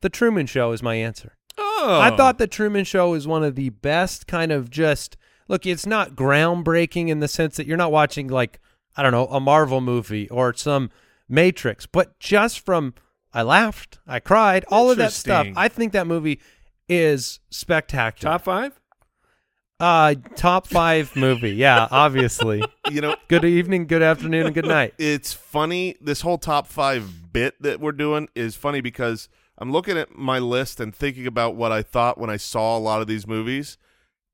S4: the Truman Show is my answer.
S2: Oh, Oh.
S4: I thought the Truman Show is one of the best kind of just look. It's not groundbreaking in the sense that you're not watching like I don't know a Marvel movie or some Matrix, but just from I laughed, I cried, all of that stuff.
S2: Interesting.
S4: I think that movie is spectacular.
S2: top five.
S4: uh, top five movie. Yeah, obviously.
S3: You know,
S4: good evening, good afternoon, and good night.
S3: it's funny. This whole top five bit that we're doing is funny because I'm looking at my list and thinking about what I thought when I saw a lot of these movies.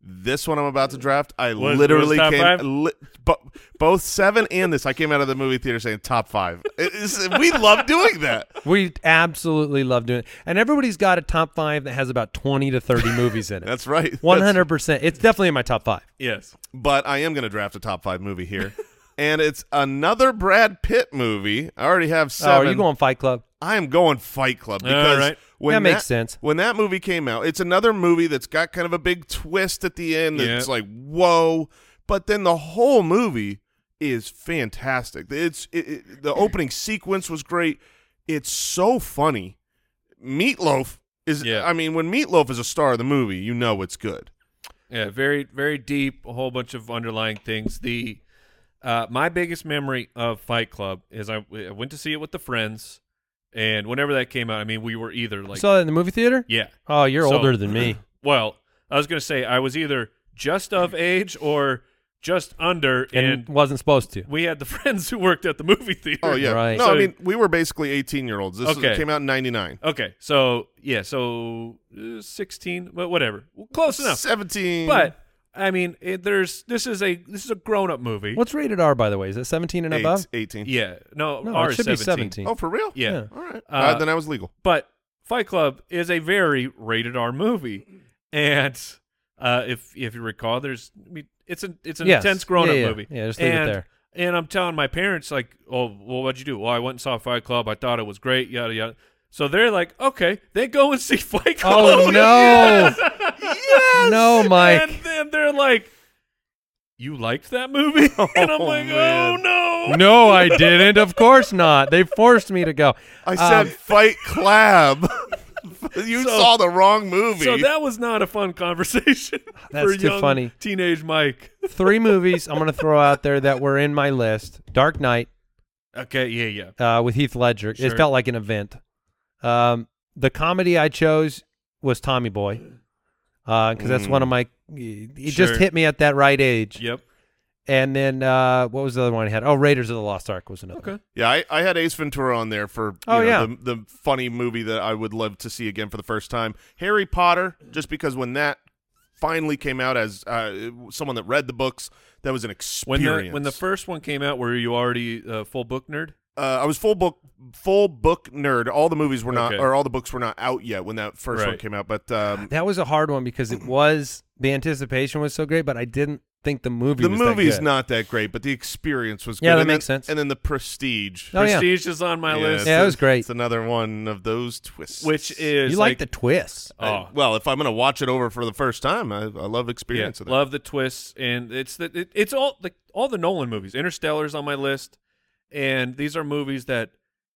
S3: This one I'm about to draft, I
S2: Was-
S3: literally
S2: was top
S3: came,
S2: five?
S3: Li, bo- both seven and this. I came out of the movie theater saying top five. It- it's- we love doing that.
S4: We absolutely love doing it, and everybody's got a top five that has about twenty to thirty movies in it.
S3: That's right.
S4: One
S3: That's-
S4: hundred percent. It's definitely in my top five.
S2: Yes.
S3: but I am going to draft a top five movie here, and it's another Brad Pitt movie. I already have
S4: Oh,
S3: seven.
S4: are you going Fight Club?
S3: I am going Fight Club
S2: All
S3: because
S2: right.
S3: when
S4: That makes sense.
S3: When that movie came out, it's another movie that's got kind of a big twist at the end. It's
S2: Yeah.
S3: like whoa, but then the whole movie is fantastic. It's it, it, the
S2: (laughs)
S3: opening sequence was great. It's so funny. Meatloaf is.
S2: Yeah.
S3: I mean, when Meatloaf is a star of the movie, you know it's good.
S2: Yeah, very very deep, a whole bunch of underlying things. The uh, my biggest memory of Fight Club is I, I went to see it with the friends, and whenever that came out, I mean we were either
S4: You
S2: like
S4: saw that in the movie theater?
S2: yeah,
S4: Oh, you're
S2: So-
S4: older than me.
S2: (clears throat) Well, I was gonna say I was either just of age or just under,
S4: And
S2: and,
S4: wasn't supposed to.
S2: we had the (laughs) friends who worked at the movie theater.
S3: Oh yeah.
S4: Right.
S3: No,
S2: So-
S3: I mean we were basically 18 year olds. This was-
S2: Okay.
S3: came out in 99.
S2: Okay, so yeah, so uh, sixteen, but whatever, well, close enough.
S3: 17.
S2: But I mean, it, there's this is a this is a grown up movie.
S4: What's rated R, by the way? Is it 17 and
S3: eight-
S4: above?
S3: 18.
S2: Yeah, no,
S4: No,
S2: R
S4: it
S2: is
S4: should
S2: 17.
S4: be 17.
S3: Oh, for real?
S2: Yeah.
S4: Yeah.
S3: All right. Uh,
S2: Uh,
S3: then I was legal.
S2: But Fight Club is a very rated R movie, and uh, if if you recall, there's I mean, it's an it's an
S4: Yes.
S2: intense grown up
S4: Yeah, yeah,
S2: movie.
S4: yeah, just leave it
S2: and,
S4: there.
S2: And I'm telling my parents like, oh, well, what'd you do? Well, I went and saw Fight Club. I thought it was great. Yada yada. So they're like, okay, they go and see (laughs) Fight Club.
S4: Oh, no.
S2: (laughs) yes!
S4: (laughs) No, Mike.
S2: And then they're like, you liked that movie? (laughs) and I'm
S3: Oh,
S2: like,
S3: man.
S2: oh no.
S4: no, I didn't. Of course not. They forced me to go.
S3: I said
S4: Um,
S3: Fight Club. (laughs) you
S2: So-
S3: saw the wrong movie.
S2: So that was not a fun conversation (laughs)
S4: That's
S2: for
S4: too
S2: young
S4: funny.
S2: teenage Mike.
S4: three movies I'm going to throw out there that were in my list Dark Knight
S2: Okay, yeah, yeah.
S4: uh, with Heath Ledger.
S2: Sure.
S4: It felt like an event. Um, the comedy I chose was Tommy Boy because that's one of my. It just
S2: Sure.
S4: hit me at that right age.
S2: Yep.
S4: And then uh, what was the other one I had? Oh, Raiders of the Lost Ark was another.
S2: Okay.
S4: one.
S3: yeah, I, I had Ace Ventura on there for you
S4: Oh,
S3: know,
S4: yeah.
S3: the, the funny movie that I would love to see again for the first time. Harry Potter, just because when that finally came out as uh, someone that read the books, that was an
S2: When
S3: experience.
S2: the, when the first one came out, were you already uh, full book nerd?
S3: uh, I was full book full book nerd. All the movies were not,
S2: Okay.
S3: or all the books were not out yet when that first one
S2: Right.
S3: came out. But um,
S4: That was a hard one because it was the anticipation was so great, but I didn't think the movie.
S3: the
S4: was that
S3: movie's
S4: good.
S3: not that great, but the experience was. good.
S4: Yeah, that
S3: And then-
S4: makes sense.
S3: And then the Prestige.
S4: Oh, yeah.
S2: Prestige is on my
S3: Yeah,
S2: list,
S4: Yeah, it was great.
S3: It's another one of those twists.
S2: which is
S4: You like the twists.
S2: oh,
S3: I- well, if I'm gonna watch it over for the first time, I, I love
S2: yeah,
S3: experience of that.
S2: love the twists, and it's the it, it's all the all the Nolan movies. Interstellar's on my list, and these are movies that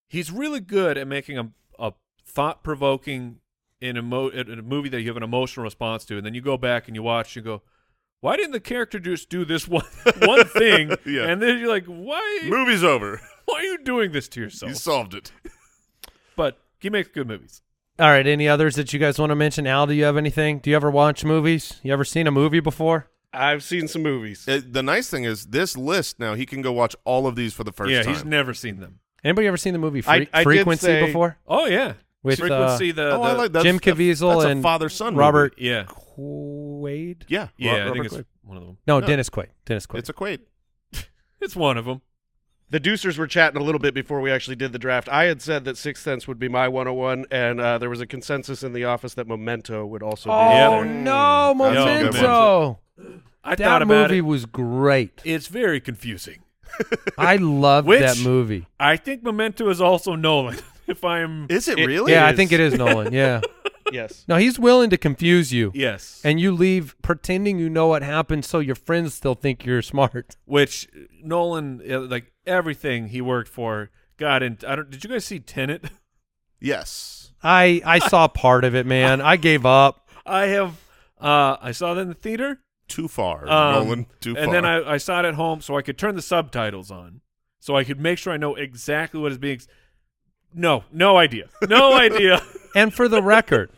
S2: he's really good at making a a thought provoking in a mo in a movie that you have an emotional response to, and then you go back and you watch and go. Why didn't the character just do this (laughs) one one thing?
S3: (laughs) Yeah.
S2: And then you're like, why
S3: Movie's over.
S2: why are you doing this to yourself?
S3: You solved (laughs) it.
S2: but he makes good movies.
S4: All right, any others that you guys want to mention? Al, do you have anything? Do you ever watch movies? You ever seen a movie before?
S5: I've seen some movies.
S3: Uh, the nice thing is this list now he can go watch all of these for the first
S2: yeah,
S3: time.
S2: he's never seen them.
S4: Anybody ever seen the movie Fre-
S5: I- I did
S4: Frequency
S5: say-
S4: before?
S2: Oh yeah,
S4: With,
S2: frequency
S4: uh,
S2: the,
S3: oh, I
S2: the-
S3: like that.
S4: Jim Caviezel
S3: that's
S4: and
S3: a father son.
S4: Robert
S2: yeah
S4: Quaid?
S3: Yeah,
S2: yeah.
S3: Ro-
S2: I think
S3: Robert
S2: it's
S3: Quaid.
S2: one of them.
S4: No,
S3: No.
S4: Dennis Quaid. Dennis Quaid.
S3: It's a Quaid.
S2: It's one of them.
S5: The Deucers were chatting a little bit before we actually did the draft. I had said that Sixth Sense would be my 101, and uh, there was a consensus in the office that Memento would also be. in
S4: oh
S2: Yeah.
S4: no,
S3: That's
S2: a good
S4: Memento!
S2: I thought
S4: That
S2: about
S4: movie
S2: it.
S4: was great.
S2: It's very confusing.
S4: I loved
S2: Which-
S4: that movie.
S2: I think Memento is also Nolan. (laughs) If I'm
S3: Is it,
S5: It-
S3: really?
S4: Yeah, I think it is Nolan. Yeah,
S5: there. Yes.
S4: no, he's willing to confuse you,
S2: yes,
S4: and you leave pretending you know what happened, so your friends still think you're smart.
S2: which Nolan uh, like everything he worked for got in. I don't. Did you guys see Tenet? (laughs)
S3: Yes.
S4: I I saw part of it, man. I gave up.
S2: I have. Uh, I saw that in the theater.
S3: Too far,
S2: Um,
S3: Nolan. Too far.
S2: and then I, I saw it at home, so I could turn the subtitles on, so I could make sure I know exactly what is being. s- No, no idea,
S3: (laughs)
S2: no idea.
S4: And for the record,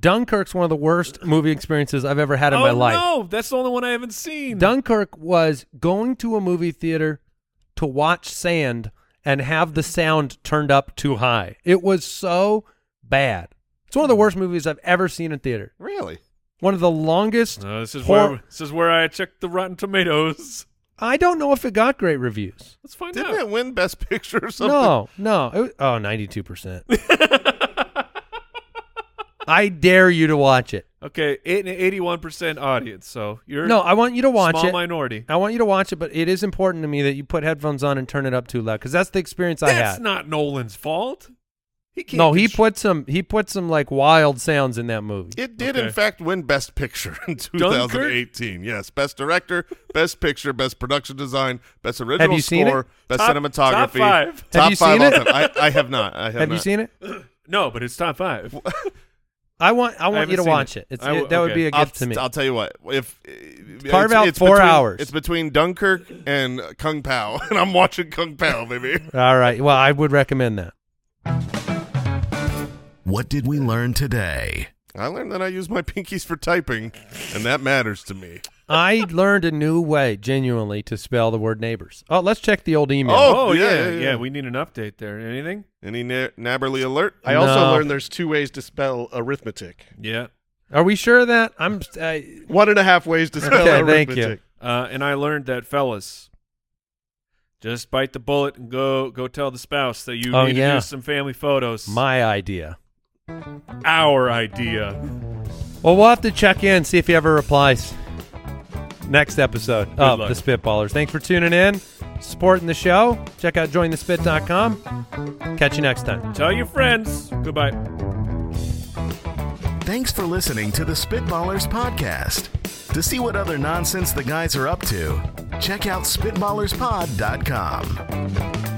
S4: Dunkirk's one of the worst movie experiences I've ever had in
S2: oh
S4: my life.
S2: no, that's the only one I haven't seen.
S4: Dunkirk was going to a movie theater to watch sand and have the sound turned up too high. It was so bad. It's one of the worst movies I've ever seen in theater.
S3: really.
S4: One of the longest.
S2: No, Uh, this is
S4: hor-
S2: where this is where I checked the Rotten Tomatoes. (laughs)
S4: I don't know if it got great reviews.
S2: Let's find
S3: Didn't
S2: out.
S3: it win Best Picture or something?
S4: No, no. It was, oh,
S3: (laughs)
S4: 92%. I dare you to watch it.
S2: (laughs) Okay, eight- 81% audience. So you're
S4: No, I want you to watch
S2: small
S4: it.
S2: minority.
S4: I want you to watch it, but it is important to me that you put headphones on and turn it up too loud because that's the experience I
S2: That's
S4: had.
S2: not Nolan's fault. He can't
S4: no, he
S2: contr-
S4: put some he put some like wild sounds in that movie.
S3: It did, in
S2: Okay.
S3: fact, win Best Picture
S4: (laughs)
S3: in 2018. Yes, Best Director, Best Picture, Best Production Design, Best Original
S4: you seen it?
S3: Score, Best
S2: Top- top
S3: Cinematography.
S2: five. Have
S3: Top
S4: you
S3: five
S4: seen
S3: all
S4: it?
S3: time. I, I have
S4: (laughs)
S3: not. I have,
S4: Have
S3: not.
S4: you seen it?
S2: No, but it's top five.
S4: I want I want
S2: haven't
S4: you to
S2: seen
S4: watch
S2: it.
S4: it. It's,
S2: I will-
S4: that would
S2: okay.
S4: be a
S3: I'll,
S4: gift to me.
S3: I'll tell you what. If
S4: Carve out four
S3: between-
S4: hours.
S3: It's between Dunkirk and Kung Pao, (laughs) and I'm watching Kung Pao, baby.
S4: All right. Well, I would recommend that.
S1: What did we learn today?
S3: I learned that I use my pinkies for typing, and that matters to me.
S4: I learned a new way, genuinely, to spell the word neighbors. Oh, let's check the old email.
S3: Oh, yeah,
S2: yeah,
S3: yeah, yeah.
S2: We need an update there. Anything?
S3: Any na- nabberly alert?
S5: I also
S4: No.
S5: learned there's two ways to spell arithmetic.
S2: Yeah.
S4: Are we sure of that? I'm. Uh,
S5: One and a half ways to spell
S4: Okay, thank
S5: arithmetic.
S4: you.
S2: Uh, and I learned that, fellas, just bite the bullet and go go tell the spouse that you
S4: Oh,
S2: need to
S4: yeah.
S2: do some family photos.
S4: my idea.
S2: Our idea.
S4: Well, we'll have to check in see if he ever replies. Next episode of
S2: luck.
S4: the Spitballers. Thanks for tuning in, supporting the show. Check out jointhespit.com. Catch you next time.
S2: Tell your friends. Goodbye.
S1: Thanks for listening to the Spitballers Podcast. To see what other nonsense the guys are up to, check out SpitballersPod.com.